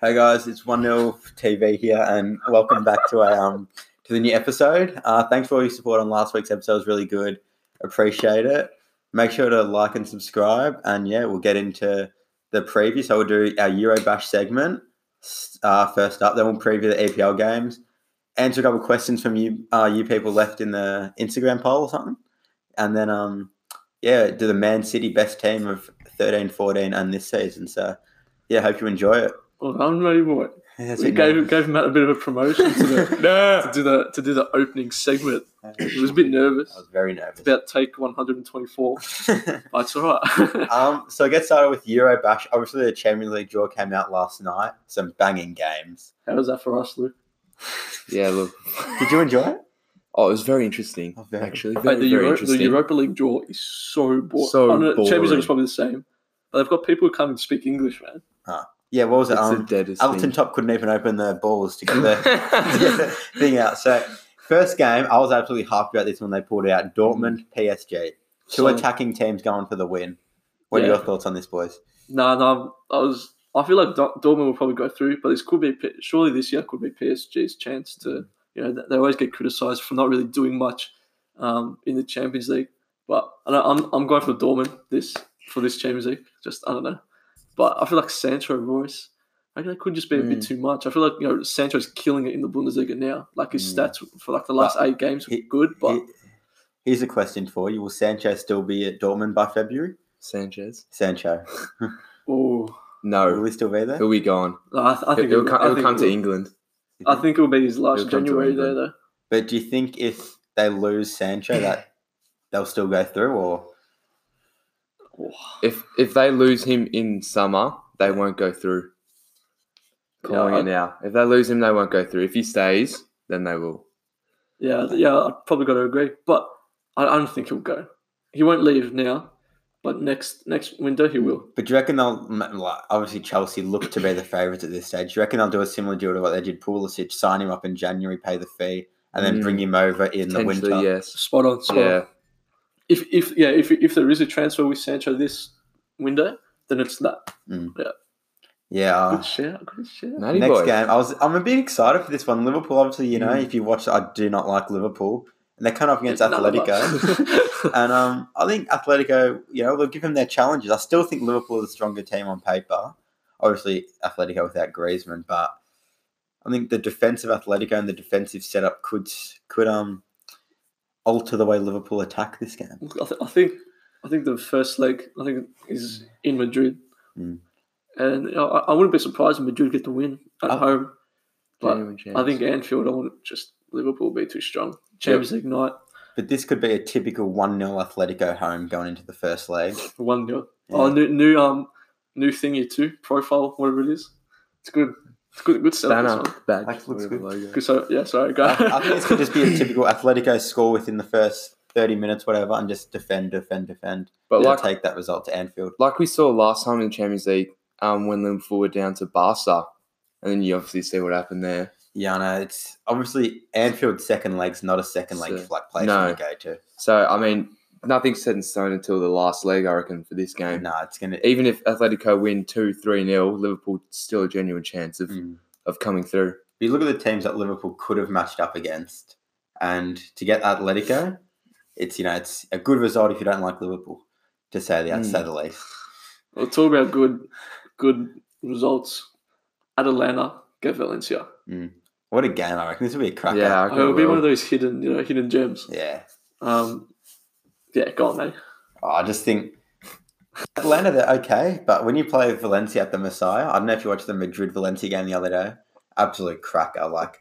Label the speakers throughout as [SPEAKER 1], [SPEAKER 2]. [SPEAKER 1] Hey guys, it's one 0 TV here, and welcome back to our um to the new episode. Uh, thanks for all your support on last week's episode; it was really good. Appreciate it. Make sure to like and subscribe, and yeah, we'll get into the preview. So we'll do our Euro Bash segment s- uh, first up. Then we'll preview the EPL games, answer a couple of questions from you uh, you people left in the Instagram poll or something, and then um yeah, do the Man City best team of 13-14 and this season. So yeah, hope you enjoy it.
[SPEAKER 2] Well, I'm ready for it.
[SPEAKER 1] That's
[SPEAKER 2] We
[SPEAKER 1] it, mate.
[SPEAKER 2] gave, gave Matt a bit of a promotion to, the, to do the to do the opening segment. He was a bit nervous
[SPEAKER 1] I was very
[SPEAKER 2] It's
[SPEAKER 1] nervous.
[SPEAKER 2] about take 124. But it's all right.
[SPEAKER 1] um, so get started with Euro Bash. Obviously, the Champions League draw came out last night. Some banging games.
[SPEAKER 2] How was that for us, Luke?
[SPEAKER 3] Yeah, look.
[SPEAKER 1] Did you enjoy it?
[SPEAKER 3] Oh, it was very interesting,
[SPEAKER 1] Oh, very.
[SPEAKER 3] actually.
[SPEAKER 2] Mate,
[SPEAKER 3] Very,
[SPEAKER 2] the,
[SPEAKER 3] very
[SPEAKER 2] Euro, the
[SPEAKER 3] interesting.
[SPEAKER 2] Europa League draw is so boring.
[SPEAKER 3] So
[SPEAKER 2] I know, Champions League
[SPEAKER 3] boring.
[SPEAKER 2] is probably the same. But they've got people who can't even speak English, man.
[SPEAKER 1] Yeah, what was it?
[SPEAKER 3] it's
[SPEAKER 1] Um,
[SPEAKER 3] the deadest
[SPEAKER 1] Alton
[SPEAKER 3] thing.
[SPEAKER 1] Top couldn't even open the balls to get the, to get the thing out. So, first game, I was absolutely hyped about this when they pulled it out. Dortmund, PSG. Two
[SPEAKER 2] Mm. So-
[SPEAKER 1] attacking teams going for the win. What are
[SPEAKER 2] Yeah.
[SPEAKER 1] your thoughts on this, boys?
[SPEAKER 2] No, no, I was. I feel like Dor- Dortmund will probably go through, but this could be P- surely this year could be PSG's chance
[SPEAKER 3] Mm.
[SPEAKER 2] to. You know, they- they always get criticised for not really doing much um, in the Champions League, but I don't, I'm I'm going for Dortmund this for this Champions League. Just I don't know, but I feel like Sancho Royce. I think that could just be a bit
[SPEAKER 3] Mm.
[SPEAKER 2] too much. I feel like you know Sancho's killing it in the Bundesliga now. Like his
[SPEAKER 1] Mm.
[SPEAKER 2] stats for like the last eight games were
[SPEAKER 1] he-
[SPEAKER 2] good, but
[SPEAKER 1] He- Here's a question for you: Will Sancho still be at Dortmund by February?
[SPEAKER 3] Sanchez?
[SPEAKER 1] Sancho,
[SPEAKER 2] oh,
[SPEAKER 1] will
[SPEAKER 3] No.
[SPEAKER 1] he still be there?
[SPEAKER 3] He'll be gone.
[SPEAKER 2] no, I, th- I think
[SPEAKER 3] He'll, he'll, come,
[SPEAKER 2] I
[SPEAKER 3] he'll
[SPEAKER 2] think
[SPEAKER 3] come to
[SPEAKER 2] it will-
[SPEAKER 3] England.
[SPEAKER 2] I think it will be his last
[SPEAKER 3] He'll come to
[SPEAKER 2] January there though.
[SPEAKER 3] England.
[SPEAKER 1] But do you think if they lose Sancho that they'll still go through or
[SPEAKER 2] Oh.
[SPEAKER 3] If if they lose him in summer, they won't go through. Calling
[SPEAKER 2] Yeah, I-
[SPEAKER 3] it now. If they lose him, they won't go through. If he stays, then they will.
[SPEAKER 2] Yeah, th- yeah, I probably got to agree, but I, I don't think he'll go. He won't leave now, but next next window he will.
[SPEAKER 1] but do you reckon they'll m- like, obviously Chelsea look to be the favourites at this stage. Do you reckon they'll do a similar deal to what they did Pulisic, sign him up in January, pay the fee, and then bring
[SPEAKER 3] Mm.
[SPEAKER 1] him over in the
[SPEAKER 3] Potentially,
[SPEAKER 1] winter?
[SPEAKER 3] yes.
[SPEAKER 2] Spot on, spot on.
[SPEAKER 3] Yeah.
[SPEAKER 2] If if yeah, if if there is a transfer with Sancho this window, then it's that.
[SPEAKER 1] Yeah. uh,
[SPEAKER 2] Good shout, good shout.
[SPEAKER 3] Natty
[SPEAKER 1] Next
[SPEAKER 3] boy.
[SPEAKER 1] game. I was I'm a bit excited for this one. Liverpool obviously, you know, if you watch I do not like Liverpool. And they're coming up against
[SPEAKER 2] Mm. None of
[SPEAKER 1] Atletico.
[SPEAKER 2] us.
[SPEAKER 1] and um, I think Atletico, you know, they'll give them their challenges. I still think Liverpool are the stronger team on paper. Obviously, Atletico without Griezmann, but I think the defensive Atletico and the defensive setup could could um alter the way Liverpool attack this game.
[SPEAKER 2] I, th- I think I think the first leg I think is in Madrid,
[SPEAKER 1] Mm.
[SPEAKER 2] and I, I wouldn't be surprised if Madrid get the win at
[SPEAKER 1] I-
[SPEAKER 2] home. But
[SPEAKER 3] Genuine chance.
[SPEAKER 2] I think Anfield, I wouldn't just Liverpool be too strong. Champions League night,
[SPEAKER 1] But this could be a typical one 0 Atletico home going into the first leg.
[SPEAKER 2] One nil.
[SPEAKER 1] Yeah.
[SPEAKER 2] Oh, new new um new thingy too. Profile, whatever it is. It's good. It's good. Good setup.
[SPEAKER 3] Banner.
[SPEAKER 2] this one.
[SPEAKER 3] Badge,
[SPEAKER 1] Actually looks
[SPEAKER 3] whatever
[SPEAKER 1] good.
[SPEAKER 3] logo.
[SPEAKER 2] Good setup. Yeah. Sorry, go.
[SPEAKER 1] I, I think this could just be a typical Atletico score within the first thirty minutes, whatever, and just defend, defend, defend.
[SPEAKER 3] But
[SPEAKER 1] They'll
[SPEAKER 3] like
[SPEAKER 1] take that result to Anfield.
[SPEAKER 3] like we saw last time in the Champions League, um, when Liverpool were down to Barca, and then you obviously see what happened there.
[SPEAKER 1] Yeah, I know. It's obviously Anfield's second leg's not a second leg
[SPEAKER 3] So-
[SPEAKER 1] like place
[SPEAKER 3] no.
[SPEAKER 1] to go to.
[SPEAKER 3] So I mean, nothing's set in stone until the last leg, I reckon, for this game.
[SPEAKER 1] No, it's gonna.
[SPEAKER 3] Even if Atletico win two, three nil, Liverpool still a genuine chance of,
[SPEAKER 1] Mm.
[SPEAKER 3] of coming through.
[SPEAKER 1] You look at the teams that Liverpool could have matched up against, and to get Atletico, it's you know it's a good result if you don't like Liverpool, to say the to say the least.
[SPEAKER 2] We'll talk about good good results. Atalanta get Valencia.
[SPEAKER 1] What a game! I reckon this will be a cracker.
[SPEAKER 3] Yeah, I
[SPEAKER 2] Oh,
[SPEAKER 3] reckon
[SPEAKER 2] it'll be
[SPEAKER 3] it
[SPEAKER 2] one of
[SPEAKER 3] will.
[SPEAKER 2] those hidden you know hidden gems.
[SPEAKER 1] yeah.
[SPEAKER 2] Um, yeah. Go on, mate.
[SPEAKER 1] Oh, I just think Atlanta they're okay, but when you play Valencia at the Messiah, I don't know if you watched the Madrid Valencia game the other day. Absolute cracker! Like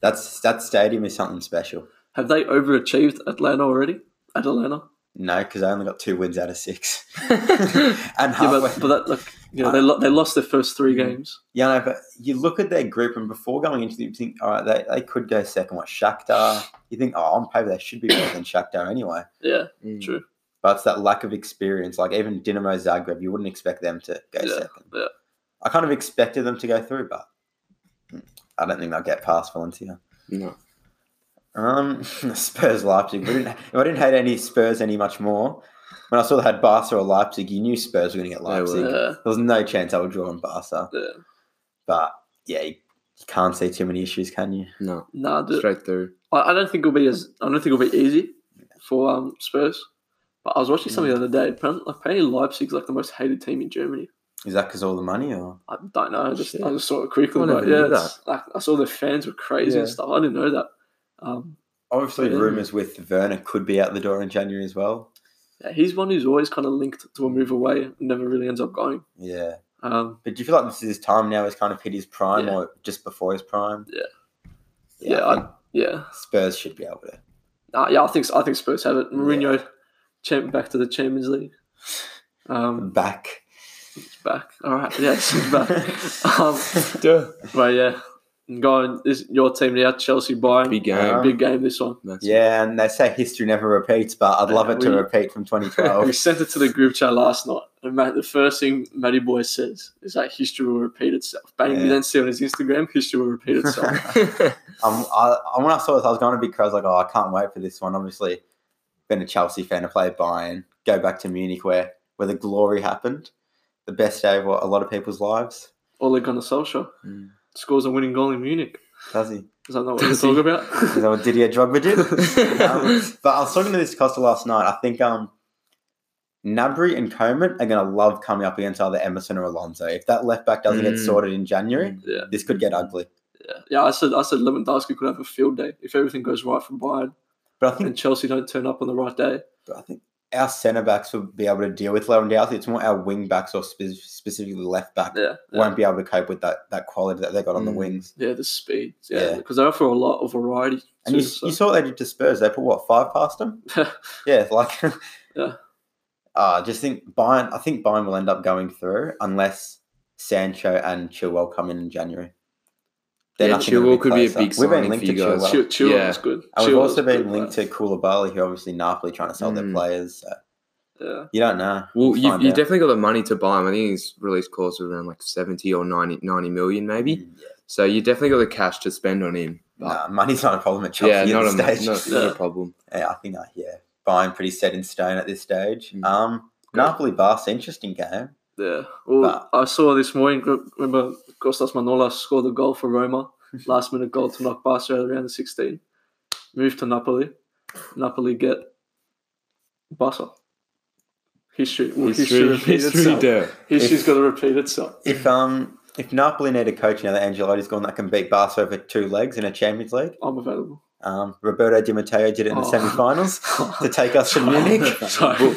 [SPEAKER 1] that's that stadium is something special.
[SPEAKER 2] Have they overachieved Atlanta already? Atalanta.
[SPEAKER 1] No, because I only got two wins out of six. and
[SPEAKER 2] Yeah,
[SPEAKER 1] halfway, Mm-hmm.
[SPEAKER 2] but, but that look, you know, they lo- they lost their first three games.
[SPEAKER 1] yeah, no, but you look at their group, and before going into the, you think, all right, they, they could go second. What Shakhtar? You think, oh, on paper they should be better than Shakhtar anyway.
[SPEAKER 2] Yeah,
[SPEAKER 3] Mm.
[SPEAKER 2] true.
[SPEAKER 1] But it's that lack of experience. Like even Dinamo Zagreb, you wouldn't expect them to go
[SPEAKER 2] Yeah,
[SPEAKER 1] second.
[SPEAKER 2] yeah.
[SPEAKER 1] I kind of expected them to go through, but I don't think they'll get past Valencia.
[SPEAKER 3] No.
[SPEAKER 1] Um, Spurs Leipzig. We didn't, if I didn't hate any Spurs any much more, when I saw they had Barca or Leipzig, you knew Spurs were going to get
[SPEAKER 3] They were.
[SPEAKER 1] Leipzig.
[SPEAKER 2] Yeah,
[SPEAKER 1] There was no chance I would draw on Barca.
[SPEAKER 2] yeah.
[SPEAKER 1] But yeah, you can't see too many issues, can you?
[SPEAKER 3] No,
[SPEAKER 2] Nah, the-
[SPEAKER 3] straight through.
[SPEAKER 2] I, I don't think it'll be as I don't think it'll be easy for um, Spurs. But I was watching something the other day. Apparently, like, apparently Leipzig's like the most hated team in Germany.
[SPEAKER 1] Is that because all the money or?
[SPEAKER 2] I don't know. I just I
[SPEAKER 3] Shit.
[SPEAKER 2] just saw it quickly.
[SPEAKER 3] I
[SPEAKER 2] but
[SPEAKER 3] never
[SPEAKER 2] yeah,
[SPEAKER 3] knew
[SPEAKER 2] it's- like, I saw the fans were crazy and
[SPEAKER 3] Yeah.
[SPEAKER 2] stuff. I didn't know that. Um,
[SPEAKER 1] Obviously,
[SPEAKER 2] Yeah.
[SPEAKER 1] rumours with Werner could be out the door in January as well.
[SPEAKER 2] yeah, he's one who's always kind of linked to a move away and never really ends up going.
[SPEAKER 1] Yeah.
[SPEAKER 2] Um,
[SPEAKER 1] But do you feel like this is his time now? He's kind of hit his prime
[SPEAKER 2] Yeah.
[SPEAKER 1] or just before his prime?
[SPEAKER 2] Yeah.
[SPEAKER 1] Yeah.
[SPEAKER 2] yeah,
[SPEAKER 1] I think
[SPEAKER 2] I, yeah,
[SPEAKER 1] Spurs should be able to.
[SPEAKER 2] Nah, yeah. I think I think Spurs have it. Mourinho, champ, back to the Champions League. Um,
[SPEAKER 1] Back.
[SPEAKER 3] Mm.
[SPEAKER 2] it's back. All right, yes, it's back. um, but yeah, going is your team now, Chelsea Bayern.
[SPEAKER 3] Big game.
[SPEAKER 1] Uh,
[SPEAKER 2] big game this one.
[SPEAKER 3] Massive.
[SPEAKER 1] yeah, and they say history never repeats, but I'd love it to
[SPEAKER 2] We-
[SPEAKER 1] repeat from
[SPEAKER 2] We
[SPEAKER 1] 2012.
[SPEAKER 2] sent it to the group chat last night, and Matt, the first thing Matty Boy says is that history will repeat itself. Bang,
[SPEAKER 1] Yeah.
[SPEAKER 2] you then see on his Instagram, history will repeat itself.
[SPEAKER 1] um, I, I- when I saw this, I was going to be crazy. Like, oh, I can't wait for this one. Obviously, been a Chelsea fan, I played Bayern, go back to Munich where, where the glory happened. The best day of what, a lot of people's lives.
[SPEAKER 2] Ole Gunnar Solskjaer
[SPEAKER 3] Mm.
[SPEAKER 2] scores a winning goal in Munich.
[SPEAKER 1] Does he?
[SPEAKER 2] Is that not what
[SPEAKER 3] Does
[SPEAKER 2] we're
[SPEAKER 3] he?
[SPEAKER 2] talking
[SPEAKER 1] Is
[SPEAKER 2] about?
[SPEAKER 1] that what Didier Drogba did? Um, but I was talking to this Costa last night. I think um, Nabry and Coman are going to love coming up against either Emerson or Alonso. If that left back doesn't get
[SPEAKER 3] Mm.
[SPEAKER 1] sorted in January,
[SPEAKER 2] yeah,
[SPEAKER 1] this could get ugly.
[SPEAKER 2] yeah, yeah. I said, I said Lewandowski could have a field day if everything goes right for Bayern
[SPEAKER 1] But I
[SPEAKER 2] and
[SPEAKER 1] think
[SPEAKER 2] Chelsea don't turn up on the right day.
[SPEAKER 1] but I think our centre backs will be able to deal with Lewandowski. It's more our wing backs or spe- specifically left back
[SPEAKER 2] Yeah, yeah,
[SPEAKER 1] won't be able to cope with that that quality that they got on the
[SPEAKER 3] Mm.
[SPEAKER 1] wings.
[SPEAKER 2] yeah the speed.
[SPEAKER 1] Yeah.
[SPEAKER 2] Yeah, because they offer a lot of variety.
[SPEAKER 1] And
[SPEAKER 2] too,
[SPEAKER 1] you,
[SPEAKER 2] so-
[SPEAKER 3] uh,
[SPEAKER 1] you saw what they did to Spurs. They put what five past them. Yeah, like
[SPEAKER 2] Yeah.
[SPEAKER 1] Uh, I just think Bayern. I think Bayern will end up going through unless Sancho and Chilwell come in in January. Then
[SPEAKER 3] Yeah,
[SPEAKER 1] I think it'll
[SPEAKER 3] Chilwell could be a
[SPEAKER 1] closer.
[SPEAKER 3] big
[SPEAKER 1] We've been
[SPEAKER 3] signing
[SPEAKER 1] linked
[SPEAKER 3] for
[SPEAKER 1] to
[SPEAKER 3] you guys.
[SPEAKER 1] Chilwell,
[SPEAKER 2] Chil- Chilwell
[SPEAKER 3] Yeah.
[SPEAKER 2] is good.
[SPEAKER 1] and we've
[SPEAKER 2] Chilwell's
[SPEAKER 1] also been
[SPEAKER 2] good,
[SPEAKER 1] linked to
[SPEAKER 2] man.
[SPEAKER 1] Koulibaly, who obviously Napoli trying to sell their
[SPEAKER 3] Mm.
[SPEAKER 1] players. So
[SPEAKER 2] Yeah.
[SPEAKER 1] you don't know.
[SPEAKER 3] Well, you
[SPEAKER 1] find
[SPEAKER 3] you
[SPEAKER 1] out.
[SPEAKER 3] definitely got the money to buy him. I think his release clause was around like 70 or 90, 90 million, maybe.
[SPEAKER 1] Yeah.
[SPEAKER 3] So you definitely got the cash to spend on him.
[SPEAKER 1] Nah,
[SPEAKER 3] But
[SPEAKER 1] money's not a problem at Chelsea
[SPEAKER 3] yeah,
[SPEAKER 1] at
[SPEAKER 3] not
[SPEAKER 1] this
[SPEAKER 3] a, not,
[SPEAKER 1] stage.
[SPEAKER 3] not
[SPEAKER 2] Yeah.
[SPEAKER 3] a problem.
[SPEAKER 1] Yeah, I think uh, yeah, Bayern pretty set in stone at this stage.
[SPEAKER 3] Mm.
[SPEAKER 1] Um,
[SPEAKER 2] Good.
[SPEAKER 1] Napoli Barca, interesting game.
[SPEAKER 2] Yeah. Well, I saw this morning. gr- Remember, Kostas Manolas scored a goal for Roma, last minute goal to knock Barca out around the 16. Moved to Napoli. Napoli get Barca. History. Well, history. repeat itself.
[SPEAKER 3] there.
[SPEAKER 2] History's going to repeat itself.
[SPEAKER 3] Mm.
[SPEAKER 1] If um if Napoli need a coach now that Angelotti's gone, that can beat Barca over two legs in a Champions League.
[SPEAKER 2] I'm available.
[SPEAKER 1] Um, Roberto Di Matteo did it in the
[SPEAKER 2] Oh.
[SPEAKER 1] semi-finals to take us to Munich.
[SPEAKER 2] Sorry.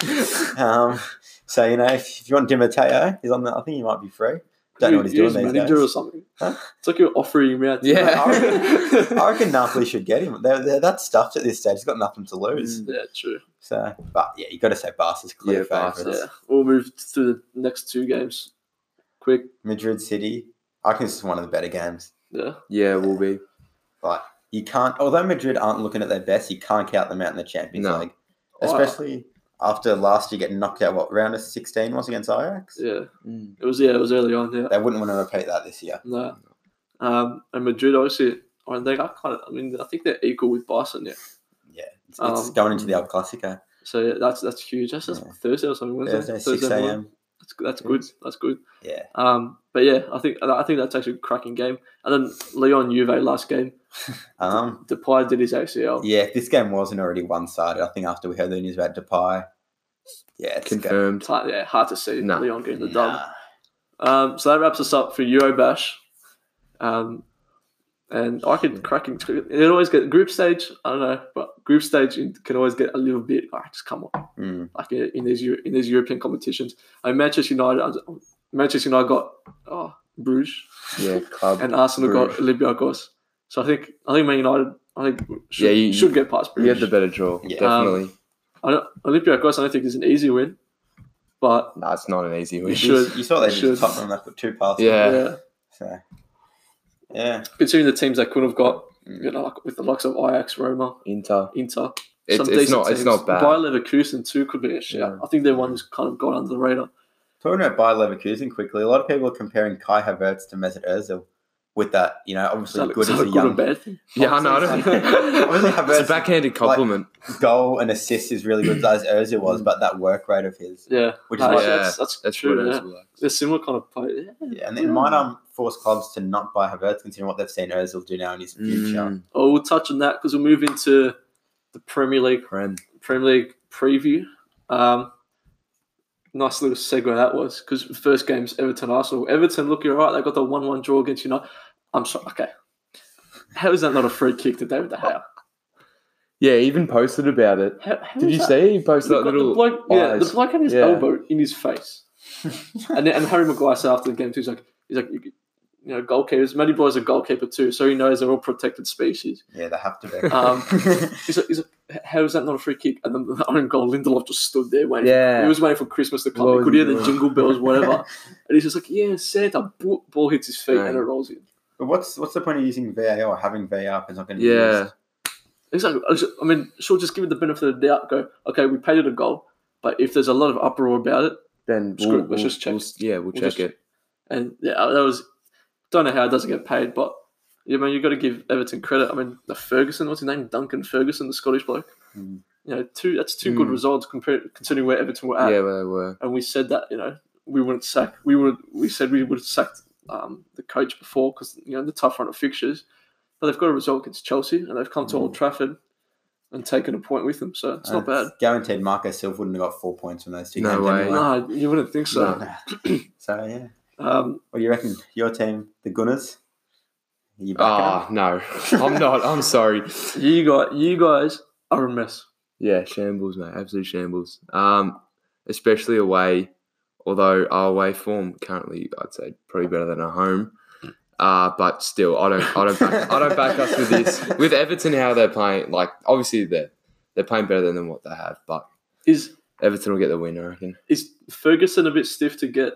[SPEAKER 1] Um, so you know, if, if you want Di Matteo, he's on. The, I think he might be free. Don't know what he's
[SPEAKER 2] You- you
[SPEAKER 1] doing
[SPEAKER 2] was
[SPEAKER 1] these
[SPEAKER 2] manager or
[SPEAKER 1] days.
[SPEAKER 2] something.
[SPEAKER 1] Huh?
[SPEAKER 2] It's like you're offering him out. to-
[SPEAKER 1] I reckon Napoli should get him. They're, they're that stuffed at this stage. He's got nothing to lose.
[SPEAKER 2] yeah, true.
[SPEAKER 1] So, but yeah, you got to say Barca's clear
[SPEAKER 3] Yeah, Barca.
[SPEAKER 1] favourites.
[SPEAKER 2] Yeah. We'll move to the next two games. Quick.
[SPEAKER 1] Madrid City. I reckon this is one of the better games.
[SPEAKER 2] Yeah.
[SPEAKER 3] Yeah, it will be.
[SPEAKER 1] Like you can't, although Madrid aren't looking at their best, you can't count them out in the Champions
[SPEAKER 3] No.
[SPEAKER 1] League,
[SPEAKER 2] Oh, I-
[SPEAKER 1] especially after last year getting knocked out. What round of sixteen was against Ajax?
[SPEAKER 2] Yeah.
[SPEAKER 1] Mm,
[SPEAKER 2] It was yeah, it was early on. Yeah,
[SPEAKER 1] They wouldn't want to repeat that this year.
[SPEAKER 2] no. Um, and Madrid obviously, I think I kind of, I mean, I think they're equal with Boston. Yeah,
[SPEAKER 1] Yeah, it's, it's
[SPEAKER 2] Um,
[SPEAKER 1] going into the El Clasico.
[SPEAKER 2] so yeah, that's that's huge. That's just
[SPEAKER 1] Yeah.
[SPEAKER 2] Thursday or something. Wednesday,
[SPEAKER 1] Thursday, six
[SPEAKER 2] morning.
[SPEAKER 1] a.m.
[SPEAKER 2] That's that's good. That's good.
[SPEAKER 1] Yeah,
[SPEAKER 2] Um, but yeah, I think I think that's actually a cracking game. And then Leon Juve last game,
[SPEAKER 1] um,
[SPEAKER 2] Depay did his ACL.
[SPEAKER 1] yeah. If this game wasn't already one-sided, I think after we heard the news about Depay, yeah, it's go-
[SPEAKER 3] Confirmed.
[SPEAKER 2] It's hard, yeah, hard to see
[SPEAKER 3] Nah.
[SPEAKER 2] Leon getting the dub.
[SPEAKER 1] Nah.
[SPEAKER 2] Um, so that wraps us up for Eurobash. Um, and I could cracking. It always get group stage. I don't know, but group stage it can always get a little bit. All right, just come on.
[SPEAKER 1] Mm.
[SPEAKER 2] like uh, in, in these Eu- in these European competitions. I mean, Manchester United, I- Manchester United got oh, Bruges,
[SPEAKER 3] Yeah, club.
[SPEAKER 2] and Arsenal
[SPEAKER 3] Bruges.
[SPEAKER 2] got Olympiacos. So I think I think Man United, I think should,
[SPEAKER 3] Yeah, you-
[SPEAKER 2] should get past
[SPEAKER 3] you had
[SPEAKER 2] Bruges.
[SPEAKER 3] the better draw,
[SPEAKER 1] Yeah.
[SPEAKER 3] definitely.
[SPEAKER 2] I don't, Olympiacos, I don't think is an easy win, but
[SPEAKER 3] no, it's not an easy
[SPEAKER 2] You
[SPEAKER 3] win.
[SPEAKER 2] should-
[SPEAKER 1] Mm. You saw they did
[SPEAKER 2] should-
[SPEAKER 1] to Tottenham. They put two past. them,
[SPEAKER 3] Yeah.
[SPEAKER 2] yeah,
[SPEAKER 1] So, yeah.
[SPEAKER 2] considering the teams they could have got,
[SPEAKER 1] Mm.
[SPEAKER 2] you know, like with the likes of Ajax, Roma,
[SPEAKER 3] Inter.
[SPEAKER 2] Inter,
[SPEAKER 3] It's, it's not. It's not bad.
[SPEAKER 2] Bayer Leverkusen too could be a shout.
[SPEAKER 3] Yeah.
[SPEAKER 2] I think they're one who's kind of gone under the radar.
[SPEAKER 1] Talking about Bayer Leverkusen quickly, a lot of people are comparing Kai Havertz to Mesut Ozil. with that. You know,
[SPEAKER 2] Is
[SPEAKER 1] obviously
[SPEAKER 2] that,
[SPEAKER 1] good
[SPEAKER 2] is that
[SPEAKER 1] as
[SPEAKER 2] a
[SPEAKER 1] a
[SPEAKER 2] good or
[SPEAKER 1] young
[SPEAKER 2] bad thing?
[SPEAKER 3] Yeah, I know. I don't
[SPEAKER 1] Obviously,
[SPEAKER 3] think-
[SPEAKER 1] Havertz-
[SPEAKER 3] it's a backhanded compliment.
[SPEAKER 1] goal and assist is really good as Ozil
[SPEAKER 2] Hmm.
[SPEAKER 1] was, but that work rate of his,
[SPEAKER 2] Yeah,
[SPEAKER 1] which is
[SPEAKER 2] No,
[SPEAKER 1] what,
[SPEAKER 3] Yeah.
[SPEAKER 2] that's, that's,
[SPEAKER 3] That's
[SPEAKER 2] true.
[SPEAKER 3] what
[SPEAKER 2] yeah.
[SPEAKER 3] it was like.
[SPEAKER 2] They're similar kind of play.
[SPEAKER 1] yeah, and it might um force clubs to not buy Havertz considering what they've seen Ozil do now in his future.
[SPEAKER 3] Mm,
[SPEAKER 2] Oh, we'll touch on that because we'll move into the Premier League
[SPEAKER 3] friend.
[SPEAKER 2] Premier League preview. Um, nice little segue that was because first game's Everton Arsenal. Everton looking all right. They got the one-one draw against United. I'm sorry. Okay, how is that not a free kick to David De Gea?
[SPEAKER 3] Yeah, he even posted about it.
[SPEAKER 2] How, how
[SPEAKER 3] Did
[SPEAKER 2] is
[SPEAKER 3] you
[SPEAKER 2] that?
[SPEAKER 3] see? He posted
[SPEAKER 2] The,
[SPEAKER 3] that little.
[SPEAKER 2] the bloke, yeah, the
[SPEAKER 3] eyes.
[SPEAKER 2] bloke had his
[SPEAKER 3] Yeah.
[SPEAKER 2] elbow in his face, and then, and Harry Maguire said after the game too. He's like, he's like, you, you know, goalkeepers. Matty Boy's a goalkeeper too, so he knows they're all protected species.
[SPEAKER 1] Yeah, they have to be.
[SPEAKER 2] Um, He's like, he's like, "H- how is that not a free kick? And then the own goal, Lindelof just stood there waiting.
[SPEAKER 3] Yeah.
[SPEAKER 2] He was waiting for Christmas to come.
[SPEAKER 3] What
[SPEAKER 2] He
[SPEAKER 3] was
[SPEAKER 2] could
[SPEAKER 3] he
[SPEAKER 2] hear the
[SPEAKER 3] doing?
[SPEAKER 2] jingle bells, whatever. and he's just like, yeah, Santa. Bo- Ball hits his feet
[SPEAKER 3] Man.
[SPEAKER 2] and it rolls in.
[SPEAKER 1] but what's what's the point of using VAR or having VAR if it's not going to be
[SPEAKER 3] yeah.
[SPEAKER 1] used?
[SPEAKER 2] Exactly. I just- I mean, sure, just give it the benefit of the doubt. Go, okay, we paid it a goal, but if there's a lot of uproar about it,
[SPEAKER 3] Then
[SPEAKER 2] Screw
[SPEAKER 3] we'll,
[SPEAKER 2] it, let's
[SPEAKER 3] we'll-
[SPEAKER 2] just check.
[SPEAKER 3] we'll- yeah, we'll,
[SPEAKER 2] We'll
[SPEAKER 3] check
[SPEAKER 2] just-
[SPEAKER 3] it.
[SPEAKER 2] And yeah, that was. Don't know how it doesn't get paid, but you mean, you've got to give Everton credit. I mean, the Ferguson, what's his name, Duncan Ferguson, the Scottish bloke.
[SPEAKER 1] Mm.
[SPEAKER 2] You know, two that's two good
[SPEAKER 3] Mm.
[SPEAKER 2] results compared considering where Everton were at.
[SPEAKER 3] Yeah, Ah. well, they were.
[SPEAKER 2] And we said that you know we wouldn't sack. We would. We said we would have sacked um, the coach before because you know the tough run of fixtures. But they've got a result against Chelsea, and they've come to Old Trafford and taken a point with them. So it's not
[SPEAKER 1] And
[SPEAKER 2] bad.
[SPEAKER 1] it's Uh, Guaranteed, Marco Silva wouldn't have got four points from those two
[SPEAKER 3] No
[SPEAKER 1] games.
[SPEAKER 3] way.
[SPEAKER 1] anyway.
[SPEAKER 2] No, you wouldn't think so.
[SPEAKER 1] so yeah,
[SPEAKER 2] Um,
[SPEAKER 1] what do you reckon? Your team, the Gunners. Are you backing them?
[SPEAKER 3] Ah, no. I'm not. I'm sorry.
[SPEAKER 2] you got you guys are a mess.
[SPEAKER 3] Yeah, shambles, mate. Absolute shambles. Um, especially away. Although our away form currently, I'd say probably better than our home. Uh, but still, I don't, I don't, back, I don't back us with this. With Everton, how they're playing, like obviously they're they're playing better than what they have. But
[SPEAKER 2] Is
[SPEAKER 3] Everton will get the win, I reckon.
[SPEAKER 2] is Ferguson a bit stiff to get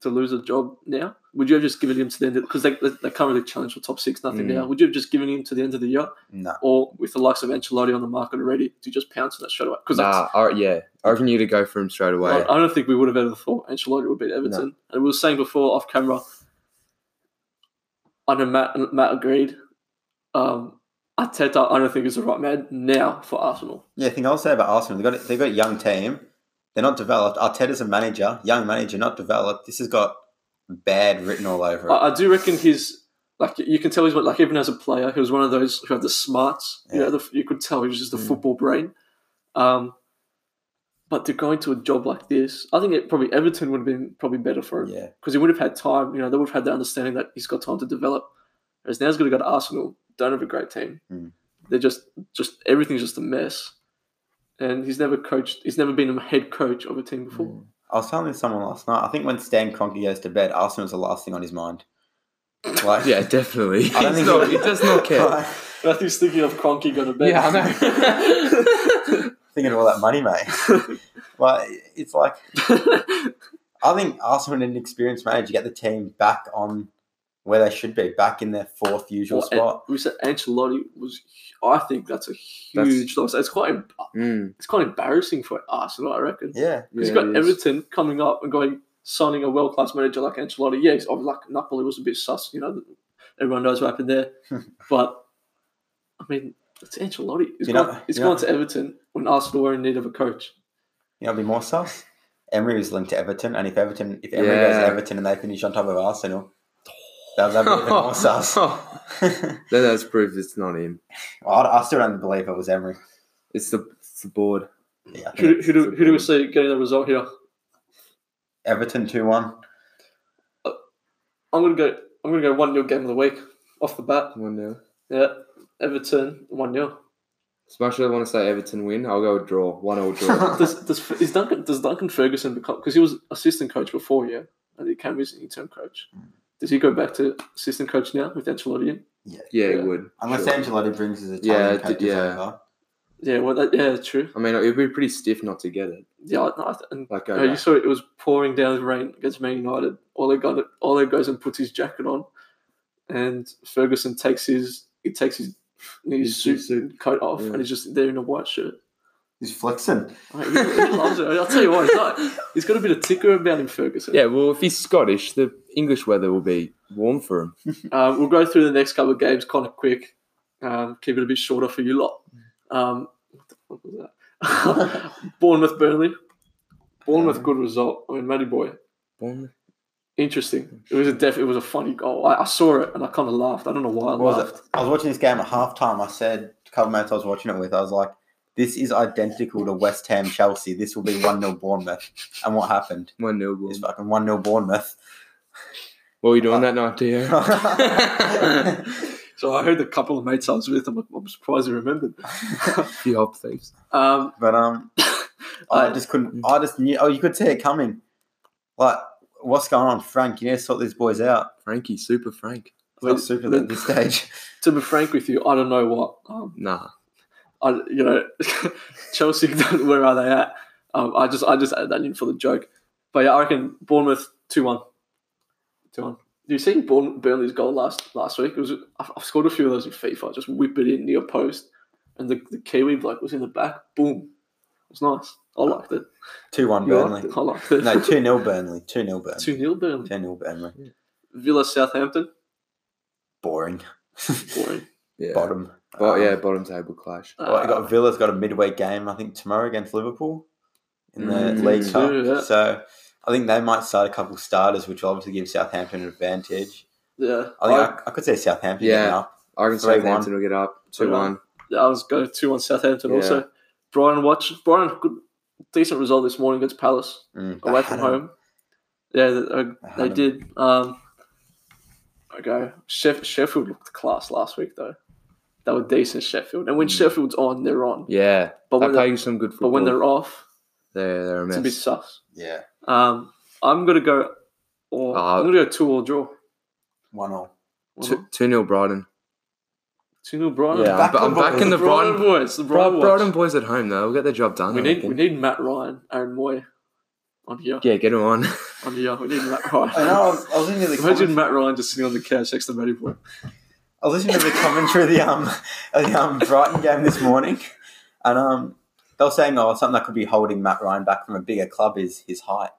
[SPEAKER 2] to lose a job now? Would you have just given him to the end of because they, they, they can't really challenge for top six, nothing
[SPEAKER 3] Mm.
[SPEAKER 2] now? Would you have just given him to the end of the year,
[SPEAKER 1] No.
[SPEAKER 2] or with the likes of Ancelotti on the market already, do you just pounce on it straight away? Because
[SPEAKER 3] Nah, I, yeah, I reckon you to go for him straight away.
[SPEAKER 2] I, I don't think we would have ever thought Ancelotti would beat Everton. And we were saying before off camera, I know Matt Matt agreed. Um, Arteta, I don't think is the right man now for Arsenal.
[SPEAKER 1] Yeah, I think I'll say about Arsenal. They've got they've got a young team. They're not developed. Arteta's a manager, young manager, not developed. This has got bad written all over
[SPEAKER 3] Uh,
[SPEAKER 1] it.
[SPEAKER 2] I, I do reckon he's like you can tell he's like even as a player he was one of those who had the smarts. You know,
[SPEAKER 1] Yeah.
[SPEAKER 2] the, you could tell he was just a
[SPEAKER 3] Mm.
[SPEAKER 2] football brain. Um, but to go into a job like this, I think it probably Everton would have been probably better for him
[SPEAKER 1] Yeah,
[SPEAKER 2] because he would have had time. You know, they would have had the understanding that he's got time to develop. Whereas now he's going to go to Arsenal. Don't have a great team.
[SPEAKER 1] Mm.
[SPEAKER 2] They're just just everything's just a mess. And he's never coached. He's never been a head coach of a team before.
[SPEAKER 1] I was telling someone last night. I think when Stan Kroenke goes to bed, Arsenal's the last thing on his mind. Like,
[SPEAKER 3] yeah, definitely.
[SPEAKER 1] I don't think
[SPEAKER 3] He's not-
[SPEAKER 1] he-
[SPEAKER 3] he does not care.
[SPEAKER 1] like,
[SPEAKER 2] Matthew's thinking of Cronky going to bed.
[SPEAKER 3] Yeah, I know.
[SPEAKER 1] thinking of all that money, mate. like, it's like I think Arsenal need an experienced manager to get the team back on where they should be, back in their fourth usual
[SPEAKER 2] Well, An-
[SPEAKER 1] spot.
[SPEAKER 2] we said Ancelotti was. I think that's a
[SPEAKER 3] That's-
[SPEAKER 2] huge loss. It's quite. em-
[SPEAKER 3] Mm,
[SPEAKER 2] It's quite embarrassing for Arsenal, I reckon.
[SPEAKER 1] yeah,
[SPEAKER 3] yeah,
[SPEAKER 2] Because you've got
[SPEAKER 3] he is.
[SPEAKER 2] Everton coming up and going signing a world class manager like Ancelotti. Yeah, he's oh, like Napoli was a bit sus. You know, everyone knows what happened there. but I mean, it's Ancelotti. He's
[SPEAKER 1] You
[SPEAKER 2] gone.
[SPEAKER 1] know-
[SPEAKER 2] he's
[SPEAKER 1] you
[SPEAKER 2] gone
[SPEAKER 1] know-
[SPEAKER 2] to Everton when Arsenal were in need of a coach.
[SPEAKER 1] you know, it'd be more sus. Emery was linked to Everton, and if Everton, if Emery goes
[SPEAKER 3] Yeah.
[SPEAKER 1] to Everton and they finish on top of Arsenal, they'll have even more sus. well,
[SPEAKER 3] then that's proof it's not him.
[SPEAKER 1] I, I still don't believe it was Emery.
[SPEAKER 3] It's the, it's the board.
[SPEAKER 1] Yeah, I think
[SPEAKER 2] Who, who, do, who do we see getting the result here?
[SPEAKER 1] Everton two one.
[SPEAKER 2] I'm gonna go. I'm gonna go one 0 game of the week off the bat.
[SPEAKER 3] One nil.
[SPEAKER 2] Yeah, Everton one 0
[SPEAKER 3] As much as I want to say Everton win, I'll go with draw. One all draw.
[SPEAKER 2] does, does is Duncan does Duncan Ferguson become because he was assistant coach before, yeah, and he came as an interim coach. Does he go back to assistant coach now with Ancelotti? in?
[SPEAKER 3] Yeah,
[SPEAKER 2] Yeah.
[SPEAKER 3] it would.
[SPEAKER 1] Unless
[SPEAKER 3] Sure.
[SPEAKER 1] Angelotti brings his
[SPEAKER 3] Yeah,
[SPEAKER 1] Italian
[SPEAKER 3] d-
[SPEAKER 1] coaches
[SPEAKER 3] yeah.
[SPEAKER 1] over.
[SPEAKER 2] Yeah, well, that, yeah, true.
[SPEAKER 3] I mean, it would be pretty stiff not to get it.
[SPEAKER 2] Yeah, I- no, I- and
[SPEAKER 3] Like,
[SPEAKER 2] you,
[SPEAKER 3] go
[SPEAKER 2] know, you
[SPEAKER 3] back.
[SPEAKER 2] saw it, it was pouring down with rain against Man United. Ole got it. Ole goes and puts his jacket on, and Ferguson takes his he takes his his,
[SPEAKER 3] His
[SPEAKER 2] suit,
[SPEAKER 3] suit.
[SPEAKER 2] coat off,
[SPEAKER 3] Yeah.
[SPEAKER 2] and he's just there in a white shirt.
[SPEAKER 1] He's flexing.
[SPEAKER 2] Mate, he, he loves it. I'll tell you what, he's, not, he's got a bit of ticker about him, Ferguson.
[SPEAKER 3] Yeah, well, if he's Scottish, the English weather will be warm for him.
[SPEAKER 2] Um, we'll go through the next couple of games kind of quick. Um, keep it a bit shorter for you lot. Um, what the fuck was that? Bournemouth Burnley. Bournemouth, good result. I mean, Matty boy,
[SPEAKER 3] Bournemouth.
[SPEAKER 2] interesting. It was a def. It was a funny goal. I, I saw it and I kind of laughed. I don't know why I
[SPEAKER 1] What was
[SPEAKER 2] laughed.
[SPEAKER 1] it? I was watching this game at halftime. I said to a couple of mates I was watching it with, I was like, this is identical to West Ham Chelsea. This will be 1 0 Bournemouth. And what happened?
[SPEAKER 3] One nil.
[SPEAKER 1] It's fucking 1 0 Bournemouth.
[SPEAKER 3] What were you doing that night, dear?
[SPEAKER 2] So I heard a couple of mates I was with. I'm, I'm surprised I remembered.
[SPEAKER 3] the hop thieves.
[SPEAKER 2] Um,
[SPEAKER 1] But um, I
[SPEAKER 2] Uh,
[SPEAKER 1] just couldn't. I just knew. Oh, you could see it coming. Like, what's going on, Frank? You need to sort these boys out.
[SPEAKER 3] Frankie, super Frank.
[SPEAKER 1] It's not
[SPEAKER 2] Wait,
[SPEAKER 1] super
[SPEAKER 2] wait.
[SPEAKER 1] at this stage.
[SPEAKER 2] to be frank with you, I don't know what. Um,
[SPEAKER 3] Nah.
[SPEAKER 2] I, you know, Chelsea. where are they at? Um, I just, I just added that in for the joke. But yeah, I reckon Bournemouth two one. Two one. Do you see Bourne, Burnley's goal last last week? It was I've, I've scored a few of those in FIFA. Just whip it in near post, and the, the Kiwi bloke was in the back. Boom. It was nice. I liked it.
[SPEAKER 1] 2 1
[SPEAKER 2] You liked
[SPEAKER 1] Burnley.
[SPEAKER 2] it? I liked it.
[SPEAKER 1] No, 2 0 Burnley. 2 0 Burnley.
[SPEAKER 2] two 0 Burnley.
[SPEAKER 1] 2 0 Burnley.
[SPEAKER 2] Villa Southampton.
[SPEAKER 1] Boring.
[SPEAKER 2] Boring.
[SPEAKER 3] Yeah.
[SPEAKER 1] Bottom.
[SPEAKER 3] Bo-
[SPEAKER 1] Um,
[SPEAKER 3] yeah, bottom table clash.
[SPEAKER 1] Well, you
[SPEAKER 2] Uh,
[SPEAKER 1] got Villa's got a midweek game, I think, tomorrow against Liverpool in the
[SPEAKER 3] Mm,
[SPEAKER 1] League
[SPEAKER 2] too,
[SPEAKER 1] Cup.
[SPEAKER 2] yeah.
[SPEAKER 1] So I think they might start a couple of starters, which will obviously give Southampton an advantage.
[SPEAKER 2] Ah, yeah.
[SPEAKER 1] I think I, I, could say Southampton.
[SPEAKER 3] Yeah.
[SPEAKER 1] getting up.
[SPEAKER 3] I can say
[SPEAKER 1] 3-1.
[SPEAKER 3] Southampton will get up. 2 1.
[SPEAKER 2] Yeah, I was going two on Southampton
[SPEAKER 3] Yeah.
[SPEAKER 2] also. Brian watch Brian good decent result this morning against Palace
[SPEAKER 1] Mm, they
[SPEAKER 2] away from
[SPEAKER 1] had 'em.
[SPEAKER 2] home. Yeah, they,
[SPEAKER 1] They had
[SPEAKER 2] they
[SPEAKER 1] 'em.
[SPEAKER 2] did. Um, okay, Sheff- Sheffield looked class last week though. They were decent Sheffield, and when
[SPEAKER 3] Mm.
[SPEAKER 2] Sheffield's on, they're on.
[SPEAKER 3] Yeah.
[SPEAKER 2] But
[SPEAKER 3] They
[SPEAKER 2] when
[SPEAKER 3] play
[SPEAKER 2] they're,
[SPEAKER 3] you some good
[SPEAKER 2] but
[SPEAKER 3] football.
[SPEAKER 2] when they're off,
[SPEAKER 3] they're, they're a
[SPEAKER 2] it's a bit
[SPEAKER 3] mess.
[SPEAKER 2] sus.
[SPEAKER 1] Yeah.
[SPEAKER 2] Um, I'm gonna go. Or
[SPEAKER 3] Uh,
[SPEAKER 2] I'm gonna go two or draw.
[SPEAKER 1] One all.
[SPEAKER 3] 2 0 Brighton.
[SPEAKER 2] Two 0 Brighton.
[SPEAKER 3] Yeah,
[SPEAKER 1] Back
[SPEAKER 3] I'm, I'm
[SPEAKER 1] the
[SPEAKER 3] back
[SPEAKER 1] boys.
[SPEAKER 3] in the Brighton.
[SPEAKER 2] Brighton boys. The
[SPEAKER 3] Bro-
[SPEAKER 2] Brighton,
[SPEAKER 3] Brighton,
[SPEAKER 2] boys.
[SPEAKER 3] boys at home though, we'll get their job done.
[SPEAKER 2] We
[SPEAKER 3] I
[SPEAKER 2] need
[SPEAKER 3] reckon.
[SPEAKER 2] we need Matt Ryan, Aaron Moy, on here.
[SPEAKER 3] yeah, get him on.
[SPEAKER 2] On here, we need Matt
[SPEAKER 1] I know.
[SPEAKER 2] Ryan.
[SPEAKER 1] I was, I was listening to the
[SPEAKER 2] Imagine
[SPEAKER 1] commentary,
[SPEAKER 2] Matt Ryan just sitting on the couch next to Matty Boy.
[SPEAKER 1] I was listening to the commentary of the um of the um Brighton game this morning, and um they were saying oh something that could be holding Matt Ryan back from a bigger club is his height.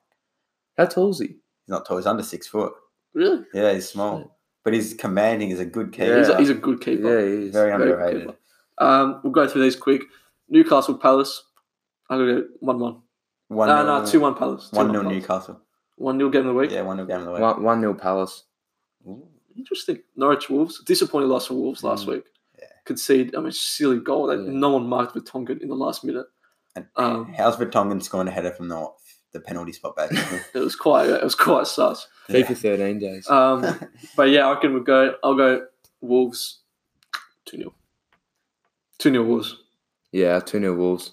[SPEAKER 3] How tall's he?
[SPEAKER 1] He's not tall. He's under six foot.
[SPEAKER 2] Really?
[SPEAKER 1] Yeah, he's small, but he's commanding. He's a good keeper.
[SPEAKER 3] Yeah.
[SPEAKER 2] He's, a, he's a good keeper.
[SPEAKER 3] he is.
[SPEAKER 1] very
[SPEAKER 2] very
[SPEAKER 1] underrated.
[SPEAKER 2] good Um, we'll go through these quick. Newcastle Palace. I'm going to go 1 1.
[SPEAKER 1] One
[SPEAKER 2] No, no,
[SPEAKER 1] nil-
[SPEAKER 2] 2 1 Palace.
[SPEAKER 1] 1 0 Newcastle.
[SPEAKER 2] 1 0 game of the week.
[SPEAKER 1] Yeah, 1 0 game of the week.
[SPEAKER 3] One, one nil Palace.
[SPEAKER 1] Ooh.
[SPEAKER 2] Interesting. Norwich Wolves. Disappointing loss for Wolves last
[SPEAKER 3] Mm.
[SPEAKER 2] week. Concede, I mean, silly goal that
[SPEAKER 3] Yeah.
[SPEAKER 2] no one marked with Tongan in the last minute.
[SPEAKER 1] And
[SPEAKER 2] Um,
[SPEAKER 1] How's Vertonghen scoring a header from the, the penalty spot, basically?
[SPEAKER 2] it was quite, it was quite sus.
[SPEAKER 1] Yeah.
[SPEAKER 3] FIFA 13 days.
[SPEAKER 2] Um, but yeah, I reckon we'll go. I'll go Wolves 2 0. 2 0 Wolves.
[SPEAKER 3] yeah, 2 0 Wolves.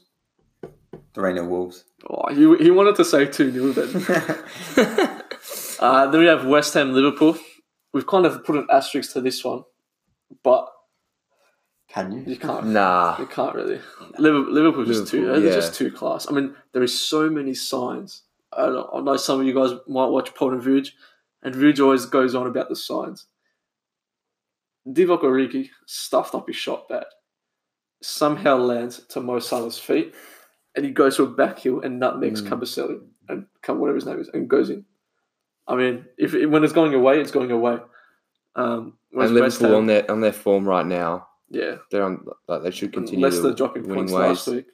[SPEAKER 1] 3 0 Wolves.
[SPEAKER 2] Oh, he, he wanted to say 2 0 then. Uh, then we have West Ham Liverpool. We've kind of put an asterisk to this one, but
[SPEAKER 1] Can you?
[SPEAKER 2] you can't.
[SPEAKER 3] nah.
[SPEAKER 2] You can't really. Liverpool, Liverpool just too.
[SPEAKER 3] Liverpool,
[SPEAKER 2] They're
[SPEAKER 3] yeah.
[SPEAKER 2] just too class. I mean, there is so many signs. I, don't, I know some of you guys might watch Paul and Vuj, and Vuj always goes on about the signs. Divock Origi stuffed up his shot bad, somehow lands to Mo Salah's feet, and he goes to a back heel and nutmegs
[SPEAKER 3] Mm.
[SPEAKER 2] Cabaselli and Cab- whatever his name is, and goes in. I mean, if when it's going away, it's going away. Um, whereas
[SPEAKER 3] And
[SPEAKER 2] West
[SPEAKER 3] Liverpool
[SPEAKER 2] Ham-
[SPEAKER 3] on their on their form right now,
[SPEAKER 2] yeah,
[SPEAKER 3] they're on like they should continue.
[SPEAKER 2] Leicester
[SPEAKER 3] the
[SPEAKER 2] dropping
[SPEAKER 3] winning
[SPEAKER 2] points
[SPEAKER 3] ways.
[SPEAKER 2] last week,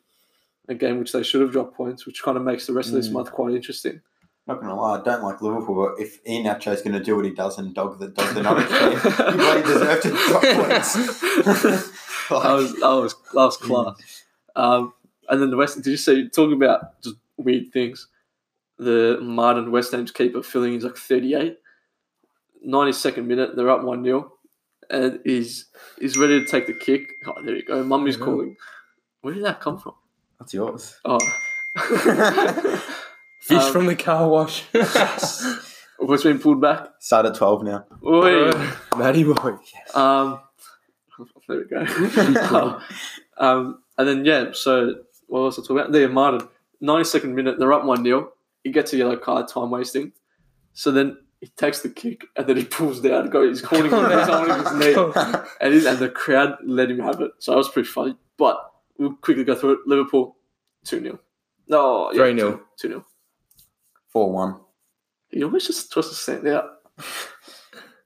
[SPEAKER 2] a game which they should have dropped points, which kind of makes the rest of this
[SPEAKER 3] Mm.
[SPEAKER 2] month quite interesting.
[SPEAKER 1] Not going to lie, I don't like Liverpool, but if Ian Nacho's going to do what he does and dog that does the Norwich game, he bloody deserve to drop points. Like,
[SPEAKER 2] I was, I was, I
[SPEAKER 3] Mm.
[SPEAKER 2] was class. Um, and then the West. Did you see talking about just weird things? The Martin West Ham's keeper filling is like 38, 92nd minute. They're up one 0 and he's he's ready to take the kick. Oh, there you go. Mummy's
[SPEAKER 3] Yeah.
[SPEAKER 2] calling. Where did that come from?
[SPEAKER 1] That's yours.
[SPEAKER 2] Oh.
[SPEAKER 3] Fish
[SPEAKER 2] Um,
[SPEAKER 3] from the car wash.
[SPEAKER 2] What's been pulled back?
[SPEAKER 1] Start at 12 now.
[SPEAKER 2] Oi.
[SPEAKER 3] Matty boy.
[SPEAKER 2] Um, there we go. um, and then yeah, so what else I talk about? There, Martin, ninety second minute, they're up one 0 He gets a yellow card, time wasting. So then he takes the kick and then he pulls down. Go, he's calling him, he's holding his knee, and, he- and the crowd let him have it. So that was pretty funny. But we'll quickly go through it. Liverpool Two 0 No, yeah,
[SPEAKER 3] 3-0.
[SPEAKER 2] Two 0
[SPEAKER 1] Four one.
[SPEAKER 2] You always just twist the sand out.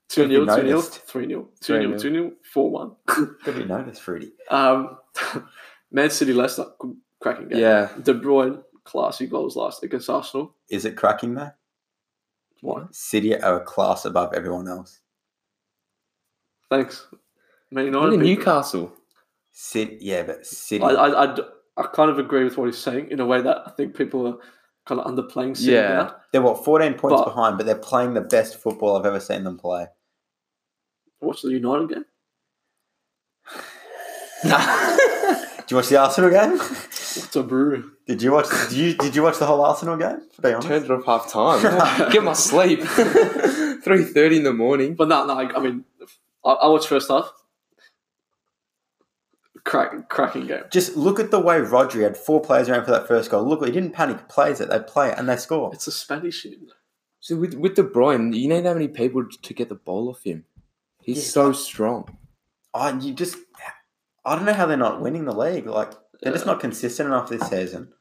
[SPEAKER 2] Two 0 two 0
[SPEAKER 1] noticed.
[SPEAKER 2] three 0 two 0
[SPEAKER 3] 3-0.
[SPEAKER 2] two 0 four one.
[SPEAKER 1] Good to notice, Fruity.
[SPEAKER 2] Um, Man City Leicester, good- cracking game.
[SPEAKER 3] Yeah.
[SPEAKER 2] De Bruyne, classy goals last against Arsenal.
[SPEAKER 1] Is it cracking though?
[SPEAKER 2] Why?
[SPEAKER 1] City are a class above everyone else.
[SPEAKER 2] Thanks. Man
[SPEAKER 3] Even
[SPEAKER 2] United. people-
[SPEAKER 3] Newcastle.
[SPEAKER 1] City, yeah, but City.
[SPEAKER 2] I, I, I d- I kind of agree with what he's saying in a way that I think people are kind of underplaying City
[SPEAKER 3] Yeah.
[SPEAKER 2] now.
[SPEAKER 1] they're what fourteen points
[SPEAKER 2] But-
[SPEAKER 1] behind, but they're playing the best football I've ever seen them play.
[SPEAKER 2] Watch the United game.
[SPEAKER 1] Do you watch the Arsenal game?
[SPEAKER 2] What's a brew?
[SPEAKER 1] Did you watch? Did you did you watch the whole Arsenal game? To be honest,
[SPEAKER 3] Turned it off half time. Get my sleep. Three thirty in the morning.
[SPEAKER 2] But no, no. I, I mean, I, I watched first half. Crack, cracking game.
[SPEAKER 1] just look at the way Rodri had four players around for that first goal. Look, he didn't panic. He plays it. They play it and they score.
[SPEAKER 2] It's a Spanish shit.
[SPEAKER 3] So with with De Bruyne, you need how many people to get the ball off him. He's
[SPEAKER 1] Yeah.
[SPEAKER 3] so strong.
[SPEAKER 1] Oh, you just. I don't know how they're not winning the league. Like they're just
[SPEAKER 2] Yeah.
[SPEAKER 1] not consistent enough this season.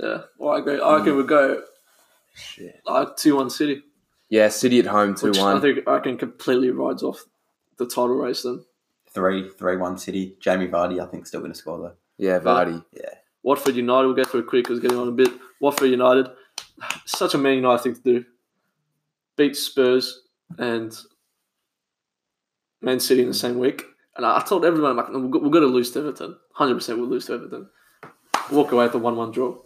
[SPEAKER 2] Yeah. Well, I agree. I reckon we'll go
[SPEAKER 3] Mm. Shit.
[SPEAKER 2] uh, 2 1 City.
[SPEAKER 3] Yeah, City at home two
[SPEAKER 2] Which I
[SPEAKER 3] one.
[SPEAKER 2] think I can completely rides off the title race then.
[SPEAKER 1] Three, three, one City. Jamie Vardy, I think, still going to score though.
[SPEAKER 3] Yeah, Vardy.
[SPEAKER 2] Watford United, we'll go through it quick because getting on a bit. Watford United, such a Man United thing to do. Beat Spurs and Man City in the same week. And I I told everyone, I'm like, "No, we're going to lose to Everton. 100% we'll lose to Everton. Walk away at the 1 1 draw.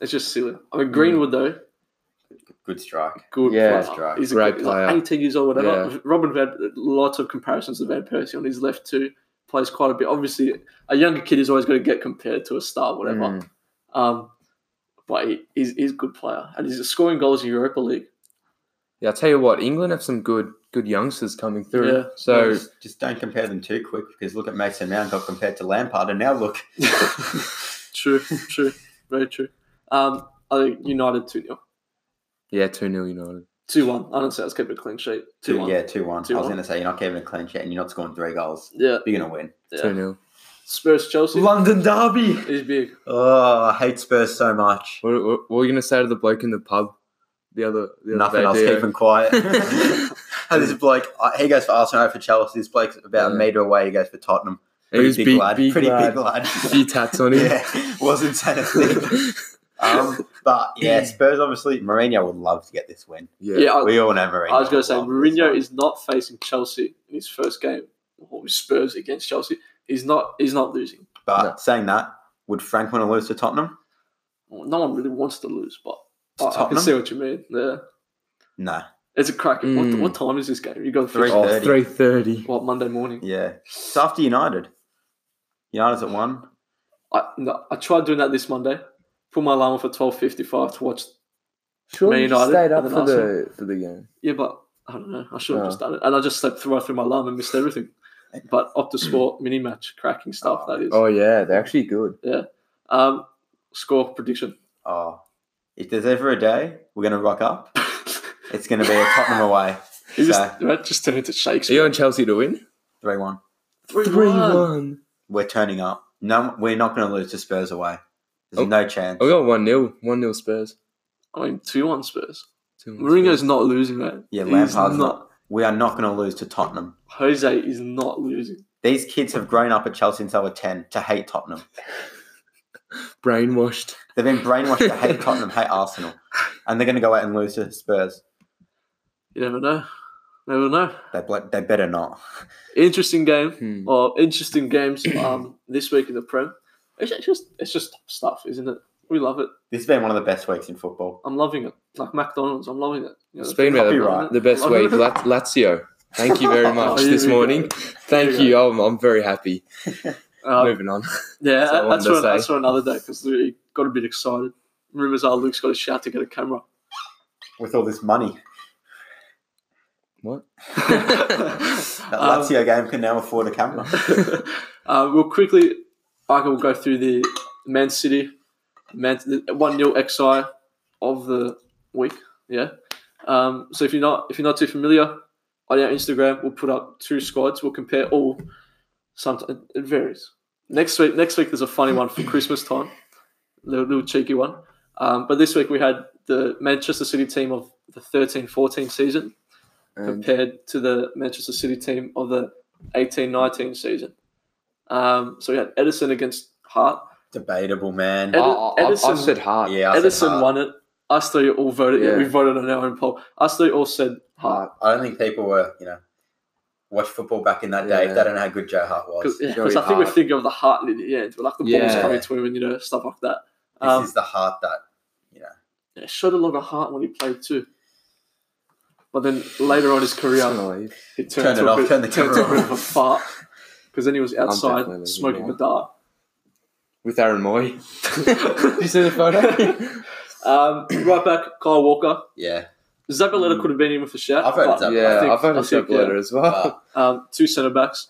[SPEAKER 2] It's just silly. I mean, Greenwood, though,
[SPEAKER 1] Good strike.
[SPEAKER 2] good
[SPEAKER 3] Yeah,
[SPEAKER 2] player.
[SPEAKER 1] Strike.
[SPEAKER 2] He's a
[SPEAKER 3] Great
[SPEAKER 2] great player.
[SPEAKER 3] player.
[SPEAKER 2] 18 years old, whatever.
[SPEAKER 3] Yeah.
[SPEAKER 2] Robin had lots of comparisons to Van Persie on his left too. Plays quite a bit. Obviously, a younger kid is always going to get compared to a star, whatever.
[SPEAKER 3] Mm.
[SPEAKER 2] Um, but he, he's, he's a good player. And he's scoring goals in Europa League.
[SPEAKER 3] Yeah, I tell you what, England have some good good youngsters coming through.
[SPEAKER 2] Yeah.
[SPEAKER 3] So
[SPEAKER 1] just, just don't compare them too quick because look at Mason Mount got compared to Lampard, and now look.
[SPEAKER 2] True, true. Very true. Um, I think United 2 0.
[SPEAKER 3] yeah, two 0 United.
[SPEAKER 2] 2 1. I don't say let's keep it a clean sheet. 2
[SPEAKER 1] Two,
[SPEAKER 2] 1.
[SPEAKER 1] yeah, two one.
[SPEAKER 2] Two,
[SPEAKER 1] I was
[SPEAKER 2] one.
[SPEAKER 1] going to say you're not keeping a clean sheet and you're not scoring three goals.
[SPEAKER 2] yeah.
[SPEAKER 1] You're going to win.
[SPEAKER 2] yeah.
[SPEAKER 3] Two 0
[SPEAKER 2] Spurs Chelsea.
[SPEAKER 1] London derby.
[SPEAKER 2] He's big.
[SPEAKER 1] Oh, I hate Spurs so much.
[SPEAKER 3] What, what, what were you gonna say to the bloke in the pub the other the
[SPEAKER 1] Nothing.
[SPEAKER 3] other day?
[SPEAKER 1] I was
[SPEAKER 3] Theo?
[SPEAKER 1] keeping quiet. and this bloke, uh, he goes for Arsenal, I go for Chelsea. This bloke's about a
[SPEAKER 3] Yeah.
[SPEAKER 1] meter away. He goes for Tottenham.
[SPEAKER 3] He was big, big lad,
[SPEAKER 1] pretty big lad.
[SPEAKER 3] few tats on him.
[SPEAKER 1] yeah, wasn't saying a thing. Um, but yeah, Spurs obviously. Mourinho would love to get this win.
[SPEAKER 3] yeah.
[SPEAKER 2] Yeah, I-
[SPEAKER 1] We all know Mourinho.
[SPEAKER 2] I was going to say
[SPEAKER 1] would love this
[SPEAKER 2] Mourinho
[SPEAKER 1] one.
[SPEAKER 2] is not facing Chelsea in his first game or with Spurs against Chelsea. He's not. He's not losing.
[SPEAKER 1] But
[SPEAKER 3] No.
[SPEAKER 1] saying that, would Frank want to lose to Tottenham?
[SPEAKER 2] No one really wants to lose, but
[SPEAKER 1] To
[SPEAKER 2] I, I can
[SPEAKER 1] Tottenham?
[SPEAKER 2] see what you mean. Yeah,
[SPEAKER 1] No.
[SPEAKER 2] it's a cracking.
[SPEAKER 3] Mm.
[SPEAKER 2] What, what time is this game? You got
[SPEAKER 1] Hmm. Three.
[SPEAKER 2] three.
[SPEAKER 3] Oh, 3.30.
[SPEAKER 2] What Monday morning?
[SPEAKER 1] Yeah. It's after United. United's at one.
[SPEAKER 2] I no, I tried doing that this Monday. Put my alarm on for twelve fifty five to watch.
[SPEAKER 3] Sure,
[SPEAKER 2] Man
[SPEAKER 3] you just
[SPEAKER 2] United
[SPEAKER 3] stayed up
[SPEAKER 2] and
[SPEAKER 3] for
[SPEAKER 2] Arsenal.
[SPEAKER 3] the for the game.
[SPEAKER 2] Yeah, but I don't know. I should have
[SPEAKER 3] Oh.
[SPEAKER 2] just done it, and I just slept right through my alarm and missed everything. But Opta Sport mini match, cracking stuff
[SPEAKER 1] Oh.
[SPEAKER 2] that is.
[SPEAKER 3] Oh yeah, they're actually good.
[SPEAKER 2] Um, score prediction.
[SPEAKER 1] Oh. If there's ever a day we're going to rock up, it's going to be a Tottenham away. So,
[SPEAKER 2] It just, that just turned into
[SPEAKER 3] Are you
[SPEAKER 2] Shakespeare.
[SPEAKER 3] on Chelsea to win?
[SPEAKER 1] 3 1.
[SPEAKER 2] Three
[SPEAKER 3] one.
[SPEAKER 1] We're turning up. No, we're not going to lose to Spurs away. There's
[SPEAKER 3] Oh.
[SPEAKER 1] no chance.
[SPEAKER 3] Oh, we got one 0 one 0 Spurs.
[SPEAKER 2] I mean, two one Spurs.
[SPEAKER 3] Two one
[SPEAKER 2] Mourinho's not losing, mate.
[SPEAKER 1] Yeah,
[SPEAKER 2] He's
[SPEAKER 1] Lampard's not. We are not going to lose to Tottenham.
[SPEAKER 2] Jose is not losing.
[SPEAKER 1] These kids have grown up at Chelsea since they were 10 to hate Tottenham.
[SPEAKER 3] Spurs. brainwashed.
[SPEAKER 1] They've been brainwashed to hate Tottenham, hate Arsenal. And they're going to go out and lose to Spurs.
[SPEAKER 2] You never know. Never know.
[SPEAKER 1] They, ble- they better not.
[SPEAKER 2] Interesting game
[SPEAKER 3] Hmm.
[SPEAKER 2] or interesting games um, this week in the Prem. It's it's just it's just top stuff, isn't it? We love it.
[SPEAKER 1] This has been one of the best weeks in football.
[SPEAKER 2] I'm loving it. Like McDonald's, I'm loving it. You know,
[SPEAKER 3] Speaking about the-
[SPEAKER 1] Copyright.
[SPEAKER 3] the best
[SPEAKER 2] Loving
[SPEAKER 3] week,
[SPEAKER 2] it.
[SPEAKER 3] La- Lazio. Thank you very much
[SPEAKER 2] Oh, here
[SPEAKER 3] this
[SPEAKER 2] we go.
[SPEAKER 3] morning. Thank
[SPEAKER 2] we
[SPEAKER 3] you. I'm, I'm very happy.
[SPEAKER 2] Uh,
[SPEAKER 3] Moving on.
[SPEAKER 2] yeah,
[SPEAKER 3] That's what
[SPEAKER 2] that's
[SPEAKER 3] I wanted to
[SPEAKER 2] for, that's
[SPEAKER 3] say.
[SPEAKER 2] for another day because Luke got a bit excited. Rumors are Luke's got a shout to get a camera.
[SPEAKER 1] With all this money,
[SPEAKER 3] What?
[SPEAKER 1] that
[SPEAKER 2] Um,
[SPEAKER 1] Lazio game can now afford a camera.
[SPEAKER 2] uh, we'll quickly, I will go through the Man City, Man one 0 XI of the week. Yeah. Um, so if you're not if you're not too familiar, on our Instagram we'll put up two squads. We'll compare all. Sometimes it varies. Next week, next week there's a funny one for Christmas time. little, little cheeky one. Um, but this week we had the Manchester City team of the 13-14 season
[SPEAKER 3] And
[SPEAKER 2] compared to the Manchester City team of the 18-19 season. Um, so we had Edison against Hart.
[SPEAKER 1] Debatable, man.
[SPEAKER 2] Ed-
[SPEAKER 3] I, I, I, I
[SPEAKER 2] Edison-
[SPEAKER 3] said hard.
[SPEAKER 1] yeah, I said uh,
[SPEAKER 2] Edison
[SPEAKER 1] Hart.
[SPEAKER 2] won it. Us three all voted. Yeah.
[SPEAKER 3] Yeah.
[SPEAKER 2] we voted on our own poll. Us three all said Hart.
[SPEAKER 1] I don't think people were, you know, watch football back in that day if
[SPEAKER 3] Yeah.
[SPEAKER 1] they don't know how good Joe Hart was.
[SPEAKER 2] Because
[SPEAKER 1] This
[SPEAKER 3] Joey
[SPEAKER 2] I think we're
[SPEAKER 3] Hart.
[SPEAKER 2] thinking of the Hart in the end, but like the ball's
[SPEAKER 3] Yeah.
[SPEAKER 2] coming to him and you know stuff like that. Um,
[SPEAKER 1] is the heart that, you know.
[SPEAKER 2] yeah, showed a lot of heart when he played too. But then later on his career,
[SPEAKER 3] Unbelievable.
[SPEAKER 2] it
[SPEAKER 1] Turn
[SPEAKER 2] turned
[SPEAKER 1] it
[SPEAKER 2] to a
[SPEAKER 1] off,
[SPEAKER 2] bit,
[SPEAKER 1] turn the
[SPEAKER 2] turned to a
[SPEAKER 1] camera
[SPEAKER 2] bit of a
[SPEAKER 1] off.
[SPEAKER 2] fart because then he was
[SPEAKER 3] definitely
[SPEAKER 2] outside
[SPEAKER 3] leaving
[SPEAKER 2] smoking
[SPEAKER 3] now.
[SPEAKER 2] the dart.
[SPEAKER 3] with Aaron Moy. Did you see the photo?
[SPEAKER 2] Um, right back, Kyle Walker.
[SPEAKER 1] Yeah.
[SPEAKER 2] Zabaleta
[SPEAKER 3] Mm.
[SPEAKER 2] could have been in with a shout.
[SPEAKER 1] I've heard
[SPEAKER 2] but,
[SPEAKER 1] Zabaleta.
[SPEAKER 3] yeah,
[SPEAKER 2] I
[SPEAKER 3] I
[SPEAKER 2] think-
[SPEAKER 3] have had
[SPEAKER 2] I
[SPEAKER 3] a
[SPEAKER 2] think,
[SPEAKER 3] step letter as well.
[SPEAKER 1] But
[SPEAKER 2] Um, two centre backs.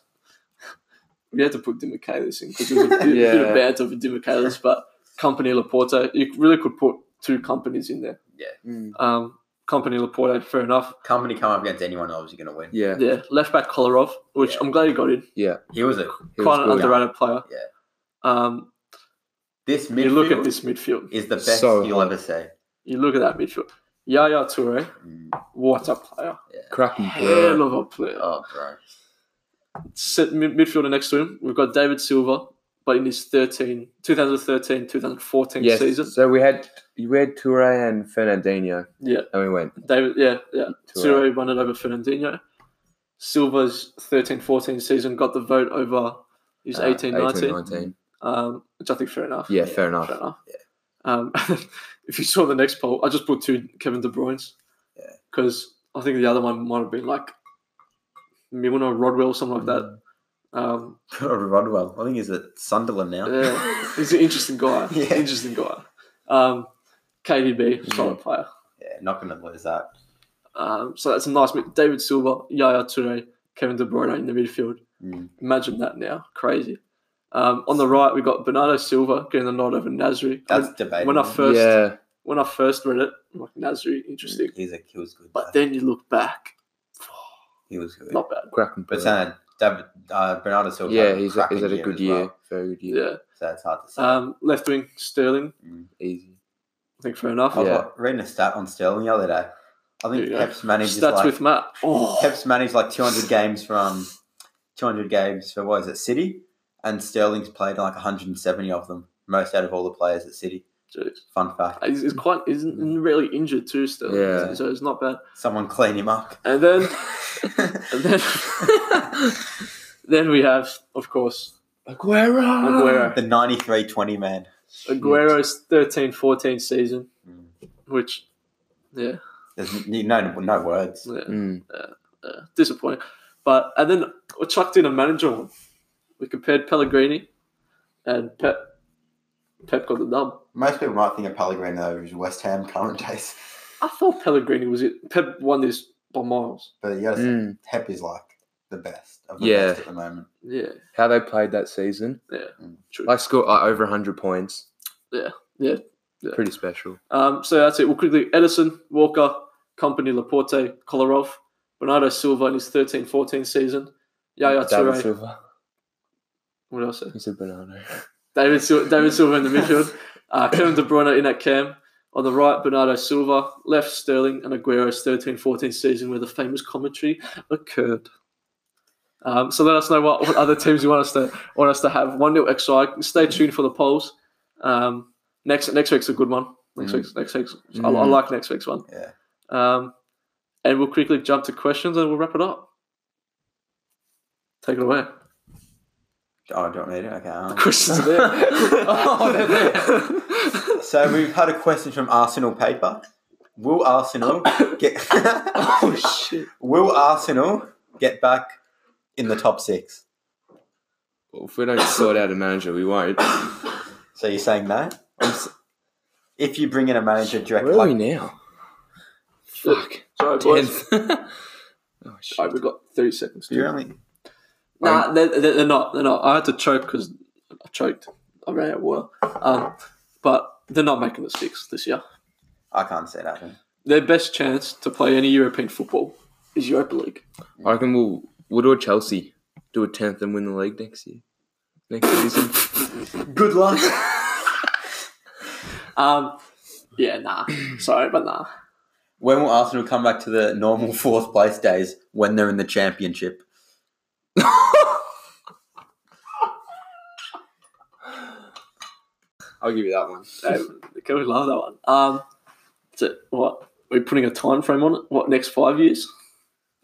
[SPEAKER 2] We had to put Dimichalis in because it was a bit,
[SPEAKER 3] Yeah.
[SPEAKER 2] bit of banter for Dimichalis, but company Laporta, you really could put two companies in there.
[SPEAKER 3] Mm.
[SPEAKER 2] Um, company Laporta, fair enough.
[SPEAKER 1] company come up against anyone else, you're going to win.
[SPEAKER 3] Yeah,
[SPEAKER 2] Yeah, left back Kolarov, which
[SPEAKER 1] Yeah.
[SPEAKER 2] I'm glad he got in.
[SPEAKER 1] He was a.
[SPEAKER 3] he
[SPEAKER 2] quite
[SPEAKER 3] was
[SPEAKER 2] an
[SPEAKER 3] good.
[SPEAKER 2] underrated player.
[SPEAKER 1] Yeah.
[SPEAKER 2] Um,
[SPEAKER 1] This midfield
[SPEAKER 2] you look at this midfield.
[SPEAKER 1] is the best
[SPEAKER 3] So
[SPEAKER 1] you'll
[SPEAKER 3] hot.
[SPEAKER 1] ever see.
[SPEAKER 2] You look at that midfield. Yaya Toure,
[SPEAKER 1] Mm.
[SPEAKER 2] what a player!
[SPEAKER 3] cracking
[SPEAKER 2] Hell
[SPEAKER 3] player.
[SPEAKER 2] of a player.
[SPEAKER 1] Oh, bro.
[SPEAKER 2] Set mid- midfielder next to him, we've got David Silva, but in his 13, 2013, 2014
[SPEAKER 3] Yes.
[SPEAKER 2] season.
[SPEAKER 3] So we had we had Toure and Fernandinho,
[SPEAKER 2] Yeah,
[SPEAKER 3] and we went
[SPEAKER 2] David. Yeah, yeah.
[SPEAKER 3] Toure.
[SPEAKER 2] Toure won it over Fernandinho. Silva's 13-14 season got the vote over his
[SPEAKER 1] Uh,
[SPEAKER 2] 18-19,
[SPEAKER 3] 18-19.
[SPEAKER 2] um, which I think fair enough.
[SPEAKER 3] Yeah, fair enough.
[SPEAKER 2] Fair enough. Um, if you saw the next poll, I just put two Kevin De Bruyne's.
[SPEAKER 1] Yeah.
[SPEAKER 2] Because I think the other one might have been like Milner, Rodwell, something like that.
[SPEAKER 3] Mm.
[SPEAKER 2] Um,
[SPEAKER 1] Rodwell. I think he's at Sunderland now.
[SPEAKER 2] yeah, he's an interesting guy.
[SPEAKER 1] Yeah.
[SPEAKER 2] Interesting guy. Um, KDB, solid player.
[SPEAKER 1] Yeah, not going to lose that.
[SPEAKER 2] Um, so that's a nice mix. David Silva, Yaya Toure, Kevin De Bruyne in the midfield.
[SPEAKER 1] Mm.
[SPEAKER 2] Imagine that now. Crazy. Um, on the right, we got Bernardo Silva getting the nod over Nasri.
[SPEAKER 1] That's
[SPEAKER 2] When,
[SPEAKER 1] debatable.
[SPEAKER 2] when I first
[SPEAKER 3] Yeah,
[SPEAKER 2] when I first read it, I'm like Nasri, interesting.
[SPEAKER 1] He's a, he was good.
[SPEAKER 2] But
[SPEAKER 1] though.
[SPEAKER 2] then you look back,
[SPEAKER 1] he was good.
[SPEAKER 2] not bad.
[SPEAKER 3] cracking
[SPEAKER 1] But
[SPEAKER 3] player.
[SPEAKER 1] uh, David, uh, Bernardo Silva.
[SPEAKER 3] Yeah,
[SPEAKER 1] had
[SPEAKER 3] he's
[SPEAKER 1] cracking
[SPEAKER 3] he's had a good
[SPEAKER 1] as
[SPEAKER 3] year,
[SPEAKER 1] well,
[SPEAKER 3] very good year,
[SPEAKER 2] Yeah.
[SPEAKER 1] so it's hard to say.
[SPEAKER 2] Um, left wing Sterling,
[SPEAKER 3] easy.
[SPEAKER 2] I think fair enough.
[SPEAKER 1] I was
[SPEAKER 3] yeah.
[SPEAKER 1] like, reading a stat on Sterling the other day. I think
[SPEAKER 2] There you go.
[SPEAKER 1] Pep's managed
[SPEAKER 2] Stats
[SPEAKER 1] like,
[SPEAKER 2] with Matt. Oh,
[SPEAKER 1] Pep's managed like 200 games from 200 games for what is it City, and Sterling's played like 170 of them, most out of all the players at City.
[SPEAKER 2] jeez.
[SPEAKER 1] Fun fact.
[SPEAKER 2] he's, he's quite he's really injured too still.
[SPEAKER 3] Yeah.
[SPEAKER 2] So it's not bad.
[SPEAKER 1] Someone clean him up.
[SPEAKER 2] And then and then then we have, of course,
[SPEAKER 3] Aguero,
[SPEAKER 2] Aguero.
[SPEAKER 1] the 93-20 man.
[SPEAKER 2] Aguero's 13-14 season,
[SPEAKER 1] Mm.
[SPEAKER 2] which yeah,
[SPEAKER 1] There's n- no no words.
[SPEAKER 2] yeah
[SPEAKER 3] Mm.
[SPEAKER 2] uh, disappointing. But and then we chucked in a manager one. We compared Pellegrini and Pep. Pep got the dub.
[SPEAKER 1] Most people might think of Pellegrini though as West Ham current days,
[SPEAKER 2] I thought Pellegrini was it. Pep won this by miles.
[SPEAKER 1] but you gotta say,
[SPEAKER 3] Mm.
[SPEAKER 1] Pep is like the best of the
[SPEAKER 3] Yeah.
[SPEAKER 1] best at the moment.
[SPEAKER 2] Yeah,
[SPEAKER 3] How they played that season,
[SPEAKER 2] true.
[SPEAKER 3] like scored like, over hundred points.
[SPEAKER 2] Yeah, yeah, yeah.
[SPEAKER 3] pretty special.
[SPEAKER 2] um, so that's it. We'll quickly Edison, Walker, Company, Laporte, Kolarov, Bernardo Silva in his 13-14 season. Yaya
[SPEAKER 3] David
[SPEAKER 2] Toure.
[SPEAKER 3] Silva,
[SPEAKER 2] What else?
[SPEAKER 3] he's a banana.
[SPEAKER 2] David Silva, David Silva in the midfield. Uh, Kevin De Bruyne in that cam. On the right, Bernardo Silva. Left, Sterling and Aguero's 13-14 season where the famous commentary occurred. Um, so let us know what, what other teams you want us to want us to have. One nil XI. Stay tuned for the polls. Um, next next week's a good one. Next
[SPEAKER 3] Mm.
[SPEAKER 2] week's next week's I, I
[SPEAKER 3] Mm.
[SPEAKER 2] like next week's one.
[SPEAKER 1] Yeah.
[SPEAKER 2] Um, and we'll quickly jump to questions and we'll wrap it up. Take it away.
[SPEAKER 1] Oh, I don't need it. Okay. um,
[SPEAKER 2] Questions are there.
[SPEAKER 1] Oh, they're so we've had a question from Arsenal Paper. Will Arsenal get?
[SPEAKER 2] oh shit.
[SPEAKER 1] Will Arsenal get back in the top six?
[SPEAKER 3] Well, if we don't sort out a manager, we won't.
[SPEAKER 1] So you're saying no? If you bring in a manager, do you reckon,
[SPEAKER 3] Where are we
[SPEAKER 1] like,
[SPEAKER 3] now? Fuck.
[SPEAKER 2] Sorry, boys.
[SPEAKER 3] Tenth. oh shit.
[SPEAKER 2] Alright, we've got 30 seconds.
[SPEAKER 1] you're only
[SPEAKER 2] Nah, they're, they're they're not. They're not. I had to choke because I choked. I ran out of water. Um, but they're not making the six this year.
[SPEAKER 1] I can't say that.
[SPEAKER 2] Their best chance to play any European football is Europa League.
[SPEAKER 3] I reckon we'll we'll do a Chelsea, do a tenth, and win the league next year. Next season.
[SPEAKER 1] Good luck.
[SPEAKER 2] Um, yeah, nah. Sorry, but nah.
[SPEAKER 1] When will Arsenal come back to the normal fourth place days when they're in the championship?
[SPEAKER 3] I'll give you that one.
[SPEAKER 2] Can we love that one? Um, so what? We're putting a time frame on it. What next five years?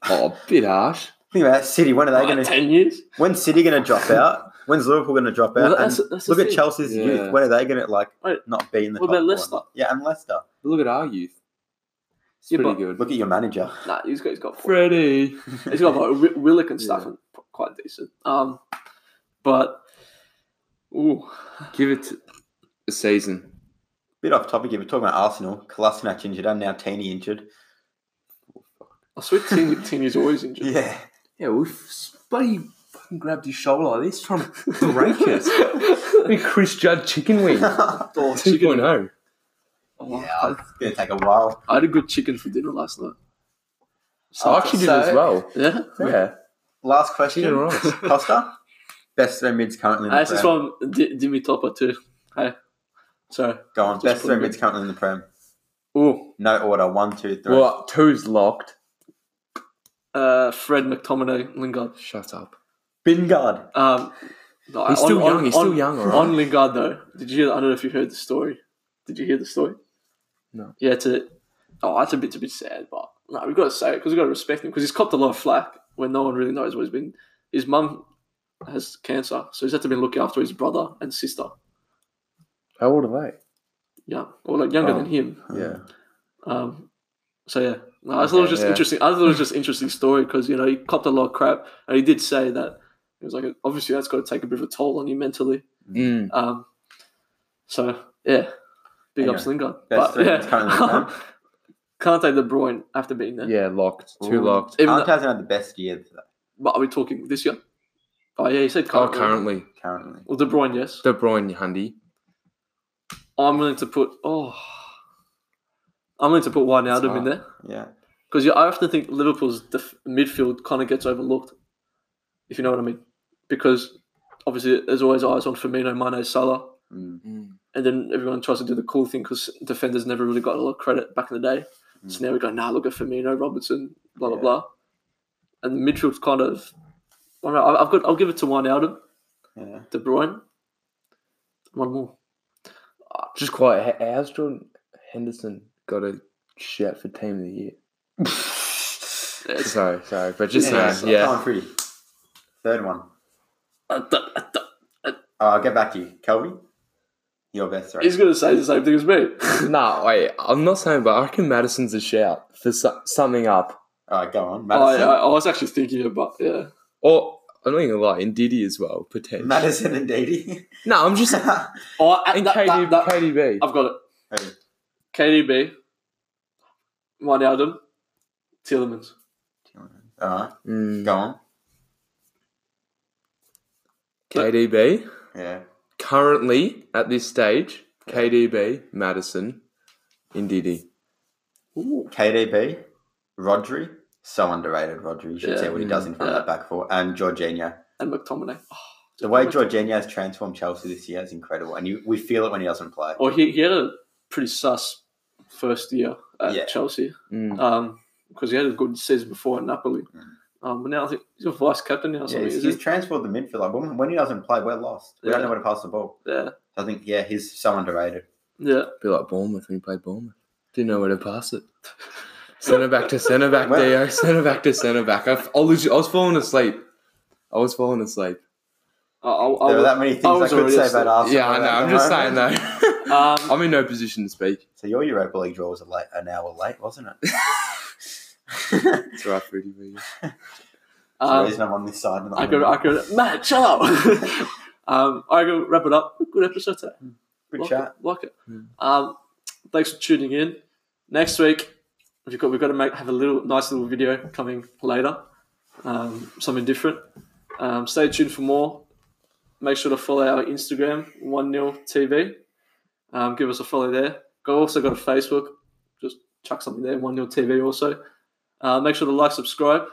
[SPEAKER 3] Oh, a bit harsh.
[SPEAKER 1] Think about it, City. When are they
[SPEAKER 2] Like
[SPEAKER 1] going to?
[SPEAKER 2] ten years?
[SPEAKER 1] When's City going to drop out? When's Liverpool going to drop
[SPEAKER 2] Well,
[SPEAKER 1] out?
[SPEAKER 2] that's-
[SPEAKER 1] And
[SPEAKER 2] that's the
[SPEAKER 1] look at
[SPEAKER 2] thing.
[SPEAKER 1] Chelsea's
[SPEAKER 3] Yeah.
[SPEAKER 1] youth. When are they going to like
[SPEAKER 2] Wait,
[SPEAKER 1] not be in the?
[SPEAKER 2] what
[SPEAKER 1] top
[SPEAKER 2] about
[SPEAKER 1] four?
[SPEAKER 2] Leicester?
[SPEAKER 1] Yeah, and Leicester.
[SPEAKER 3] But look at our youth. It's
[SPEAKER 2] Yeah,
[SPEAKER 3] pretty
[SPEAKER 2] but-
[SPEAKER 3] good.
[SPEAKER 1] Look at your manager.
[SPEAKER 2] Nah, he's got he's got four.
[SPEAKER 3] Freddie.
[SPEAKER 2] He's got like Wi- Willock and stuff,
[SPEAKER 3] Yeah.
[SPEAKER 2] and p- quite decent. Um, but ooh,
[SPEAKER 3] Give it a season.
[SPEAKER 1] Bit off topic here. We're talking about Arsenal. Kolasinac injured and now Teeny injured.
[SPEAKER 2] I swear, Tin- Tiny's always injured.
[SPEAKER 1] Yeah.
[SPEAKER 3] Yeah, we've buddy fucking grabbed his shoulder like this, trying to break us. Big Chris Judd chicken wing.
[SPEAKER 1] it's
[SPEAKER 2] Oh, chicken.
[SPEAKER 3] 2.0.
[SPEAKER 2] Oh,
[SPEAKER 1] going to take a while.
[SPEAKER 2] I had a good chicken for dinner last night.
[SPEAKER 3] I actually did
[SPEAKER 1] So-
[SPEAKER 3] as well.
[SPEAKER 2] Yeah,
[SPEAKER 3] Yeah.
[SPEAKER 1] Last
[SPEAKER 3] Chicken
[SPEAKER 1] question.
[SPEAKER 3] rice.
[SPEAKER 1] Costa, best three mids currently in the
[SPEAKER 2] Uh, this is
[SPEAKER 1] Prem.
[SPEAKER 2] from D- Dimmy Topper too. Hey, sorry.
[SPEAKER 1] Go on.
[SPEAKER 2] Just
[SPEAKER 1] Best
[SPEAKER 2] put
[SPEAKER 1] three
[SPEAKER 2] it in.
[SPEAKER 1] mids currently in the Prem.
[SPEAKER 2] Oh,
[SPEAKER 1] No order. One, two, three.
[SPEAKER 3] Well, two's locked.
[SPEAKER 2] uh, Fred McTominay Lingard.
[SPEAKER 3] Shut up.
[SPEAKER 1] Bingard.
[SPEAKER 2] Um, no,
[SPEAKER 3] He's
[SPEAKER 2] on-
[SPEAKER 3] still
[SPEAKER 2] on-
[SPEAKER 3] young. He's still
[SPEAKER 2] on-
[SPEAKER 3] young, all right?
[SPEAKER 2] On Lingard though, did you hear? I don't know if you heard the story. Did you hear the story?
[SPEAKER 3] No.
[SPEAKER 2] Yeah, it's a. Oh, that's a bit, it's a bit sad, but no, we've got to say it because we've got to respect him because he's copped a lot of flack when no one really knows what he's been. His mum has cancer, so he's had to be looking after his brother and sister.
[SPEAKER 3] How old are
[SPEAKER 2] Yeah, or like younger
[SPEAKER 3] Oh.
[SPEAKER 2] than him.
[SPEAKER 3] they? Yeah.
[SPEAKER 2] Um, so yeah, no, I thought it was
[SPEAKER 3] Okay,
[SPEAKER 2] just
[SPEAKER 3] yeah.
[SPEAKER 2] interesting. I thought it was just interesting story because you know he copped a lot of crap, and he did say that it was like obviously that's got to take a bit of a toll on you mentally.
[SPEAKER 3] Mm.
[SPEAKER 2] Um, so yeah, big
[SPEAKER 1] Anyway,
[SPEAKER 2] ups Lingard.
[SPEAKER 1] that's
[SPEAKER 2] But
[SPEAKER 1] three that's currently the
[SPEAKER 2] yeah,
[SPEAKER 1] plan.
[SPEAKER 2] can't take De Bruyne after being there.
[SPEAKER 3] Yeah, locked. Two
[SPEAKER 1] Ooh.
[SPEAKER 3] locked.
[SPEAKER 2] Even
[SPEAKER 1] Arteta
[SPEAKER 2] though,
[SPEAKER 1] hasn't had the best year
[SPEAKER 2] but are we talking this year? Oh yeah, he said
[SPEAKER 3] Oh,
[SPEAKER 2] currently.
[SPEAKER 3] currently.
[SPEAKER 1] currently.
[SPEAKER 2] Well, De Bruyne, yes.
[SPEAKER 3] De Bruyne, Hundy.
[SPEAKER 2] I'm willing to put oh, I'm willing to put Wijnaldum in
[SPEAKER 3] hard.
[SPEAKER 2] there.
[SPEAKER 1] Yeah.
[SPEAKER 2] Because I often think Liverpool's def- midfield kind of gets overlooked, if you know what I mean. Because obviously there's always eyes on Firmino, Mane, Salah,
[SPEAKER 1] Mm.
[SPEAKER 2] and then everyone tries to do the cool thing because defenders never really got a lot of credit back in the day. So now we go, nah, look at Firmino, Robertson, blah blah
[SPEAKER 1] Yeah.
[SPEAKER 2] blah, and the midfield's kind of. I don't know, I've got. I'll give it to one out of
[SPEAKER 1] Yeah.
[SPEAKER 2] De Bruyne. One more.
[SPEAKER 3] Just quiet. H- How's Jordan Henderson got a shout for team of the year?
[SPEAKER 2] Yeah, it's-
[SPEAKER 3] Sorry, sorry, but just
[SPEAKER 1] Anyway,
[SPEAKER 3] saying,
[SPEAKER 1] so
[SPEAKER 3] yeah.
[SPEAKER 1] Come on, pretty. Third one.
[SPEAKER 2] uh, duh, uh, duh.
[SPEAKER 1] Oh, I'll get back to you. Kelby, your best three.
[SPEAKER 2] He's gonna say the same thing as me.
[SPEAKER 3] Nah, wait, I'm not saying, but I reckon Madison's a shout for su- summing up.
[SPEAKER 1] All right, go on.
[SPEAKER 2] I, I,
[SPEAKER 1] Madison.
[SPEAKER 2] I was actually thinking about yeah.
[SPEAKER 3] Or I'm not even gonna lie, in Diddy as well, potentially.
[SPEAKER 1] Madison and Didi.
[SPEAKER 3] no, I'm just in
[SPEAKER 2] Oh, uh, that- that-
[SPEAKER 3] KD,
[SPEAKER 2] that-
[SPEAKER 3] KDB.
[SPEAKER 2] I've got it. KDB, Wijnaldum, Tielemans.
[SPEAKER 1] All right,
[SPEAKER 3] Mm,
[SPEAKER 1] go on.
[SPEAKER 3] KDB
[SPEAKER 1] Yeah.
[SPEAKER 3] currently at this stage, KDB, Madison, in Diddy.
[SPEAKER 1] KDB, Rodri. So underrated, Rodri. You should
[SPEAKER 2] Yeah.
[SPEAKER 1] see what he does in front of that back four. And Jorginho.
[SPEAKER 2] and McTominay. Oh,
[SPEAKER 1] The way
[SPEAKER 2] McTominay-
[SPEAKER 1] Jorginho has transformed Chelsea this year is incredible. And you, we feel it when he doesn't play.
[SPEAKER 2] Well, he, he had a pretty sus first year at
[SPEAKER 1] Yeah.
[SPEAKER 2] Chelsea
[SPEAKER 3] Mm.
[SPEAKER 2] because he had a good season before at Napoli.
[SPEAKER 1] Mm.
[SPEAKER 2] Um, but now I think he's a vice captain now. or
[SPEAKER 1] Yeah,
[SPEAKER 2] something,
[SPEAKER 1] he's,
[SPEAKER 2] is
[SPEAKER 1] he's
[SPEAKER 2] he?
[SPEAKER 1] transformed the midfield. Like, when, when he doesn't play, we're lost. We don't
[SPEAKER 2] Yeah.
[SPEAKER 1] know where to pass the ball.
[SPEAKER 2] Yeah,
[SPEAKER 1] I think, yeah, he's so underrated.
[SPEAKER 2] yeah.
[SPEAKER 3] Be like Bournemouth when you played Bournemouth. Didn't know where to pass it. Centre back to centre back,
[SPEAKER 1] Well-
[SPEAKER 3] Dio. Centre back to centre back. I, I, was, I was falling asleep. I was falling asleep.
[SPEAKER 2] I, I,
[SPEAKER 1] there
[SPEAKER 2] I
[SPEAKER 1] were
[SPEAKER 2] would-
[SPEAKER 1] that many things I,
[SPEAKER 2] was
[SPEAKER 1] could
[SPEAKER 2] already
[SPEAKER 1] say
[SPEAKER 2] asleep.
[SPEAKER 1] about Arsenal.
[SPEAKER 3] Yeah, I know.
[SPEAKER 1] at
[SPEAKER 3] I'm
[SPEAKER 1] the
[SPEAKER 3] just saying
[SPEAKER 1] moment.
[SPEAKER 3] though.
[SPEAKER 2] Um,
[SPEAKER 3] I'm in no position to speak.
[SPEAKER 1] So your Europa League draw was a late, an hour late, wasn't it?
[SPEAKER 3] It's alright, Fruity Vegan.
[SPEAKER 1] That's the
[SPEAKER 2] um,
[SPEAKER 1] reason I'm on this side. and
[SPEAKER 2] I
[SPEAKER 1] I'm
[SPEAKER 2] could,
[SPEAKER 1] on-
[SPEAKER 2] I could, Matt, shut up. um, I could wrap it up. Good episode today.
[SPEAKER 1] Good
[SPEAKER 2] like
[SPEAKER 1] chat. Hmm.
[SPEAKER 2] It, like it.
[SPEAKER 3] Yeah.
[SPEAKER 2] Um, thanks for tuning in. Next week, we've got we've got to make have a little nice little video coming later. Um, something different. Um, stay tuned for more. Make sure to follow our Instagram one 0 TV. Um, give us a follow there. Go also got a Facebook. Just chuck something there. One 0 TV also. Uh, make sure to like, subscribe.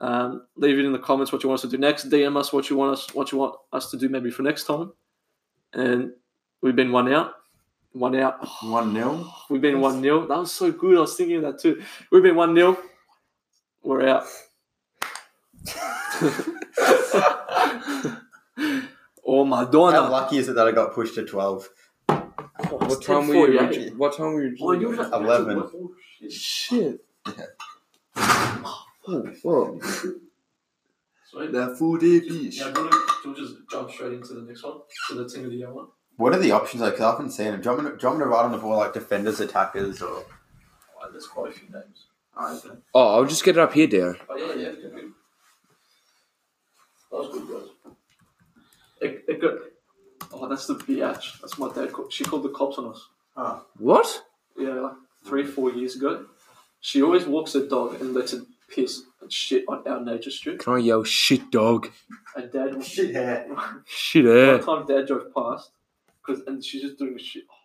[SPEAKER 2] Um, leave it in the comments what you want us to do next. DM us what you want us what you want us to do maybe for next time. And we've been one out. One out.
[SPEAKER 1] One 0
[SPEAKER 2] We've been one 0 That was so good. I was thinking of that too. We've been one 0 We're out. oh my
[SPEAKER 1] How
[SPEAKER 2] god!
[SPEAKER 1] lucky is it that I got pushed to twelve?
[SPEAKER 3] What time were you?
[SPEAKER 2] 10:48.
[SPEAKER 3] origi- What time were you?
[SPEAKER 2] Oh, you were-
[SPEAKER 1] Eleven.
[SPEAKER 2] Oh, shit.
[SPEAKER 3] Shit.
[SPEAKER 2] Sorry.
[SPEAKER 3] That full day
[SPEAKER 2] Yeah, do you wanna- do you wanna just jump straight into the next one? To the team of the year one?
[SPEAKER 1] What are the options? Like, 'cause I haven't seen them. Do you want me to, do you want me to write on the ball like defenders, attackers, or?
[SPEAKER 2] Alright, there's quite a few names.
[SPEAKER 3] Oh, I'll just get it up here, Darren.
[SPEAKER 2] But Oh, yeah, yeah, good, good. That was good, guys. It, it got. Oh, that's the biatch. That's my dad. Called, she called the cops on us.
[SPEAKER 1] Oh,
[SPEAKER 3] What?
[SPEAKER 2] Yeah, like three, four years ago. She always walks her dog and lets it piss and shit on our nature strip.
[SPEAKER 3] Can I yell shit dog?
[SPEAKER 2] And dad,
[SPEAKER 1] shit hair.
[SPEAKER 3] Shit eh?
[SPEAKER 2] one
[SPEAKER 3] air.
[SPEAKER 2] time dad drove past, cause and she's just doing a shit. Oh,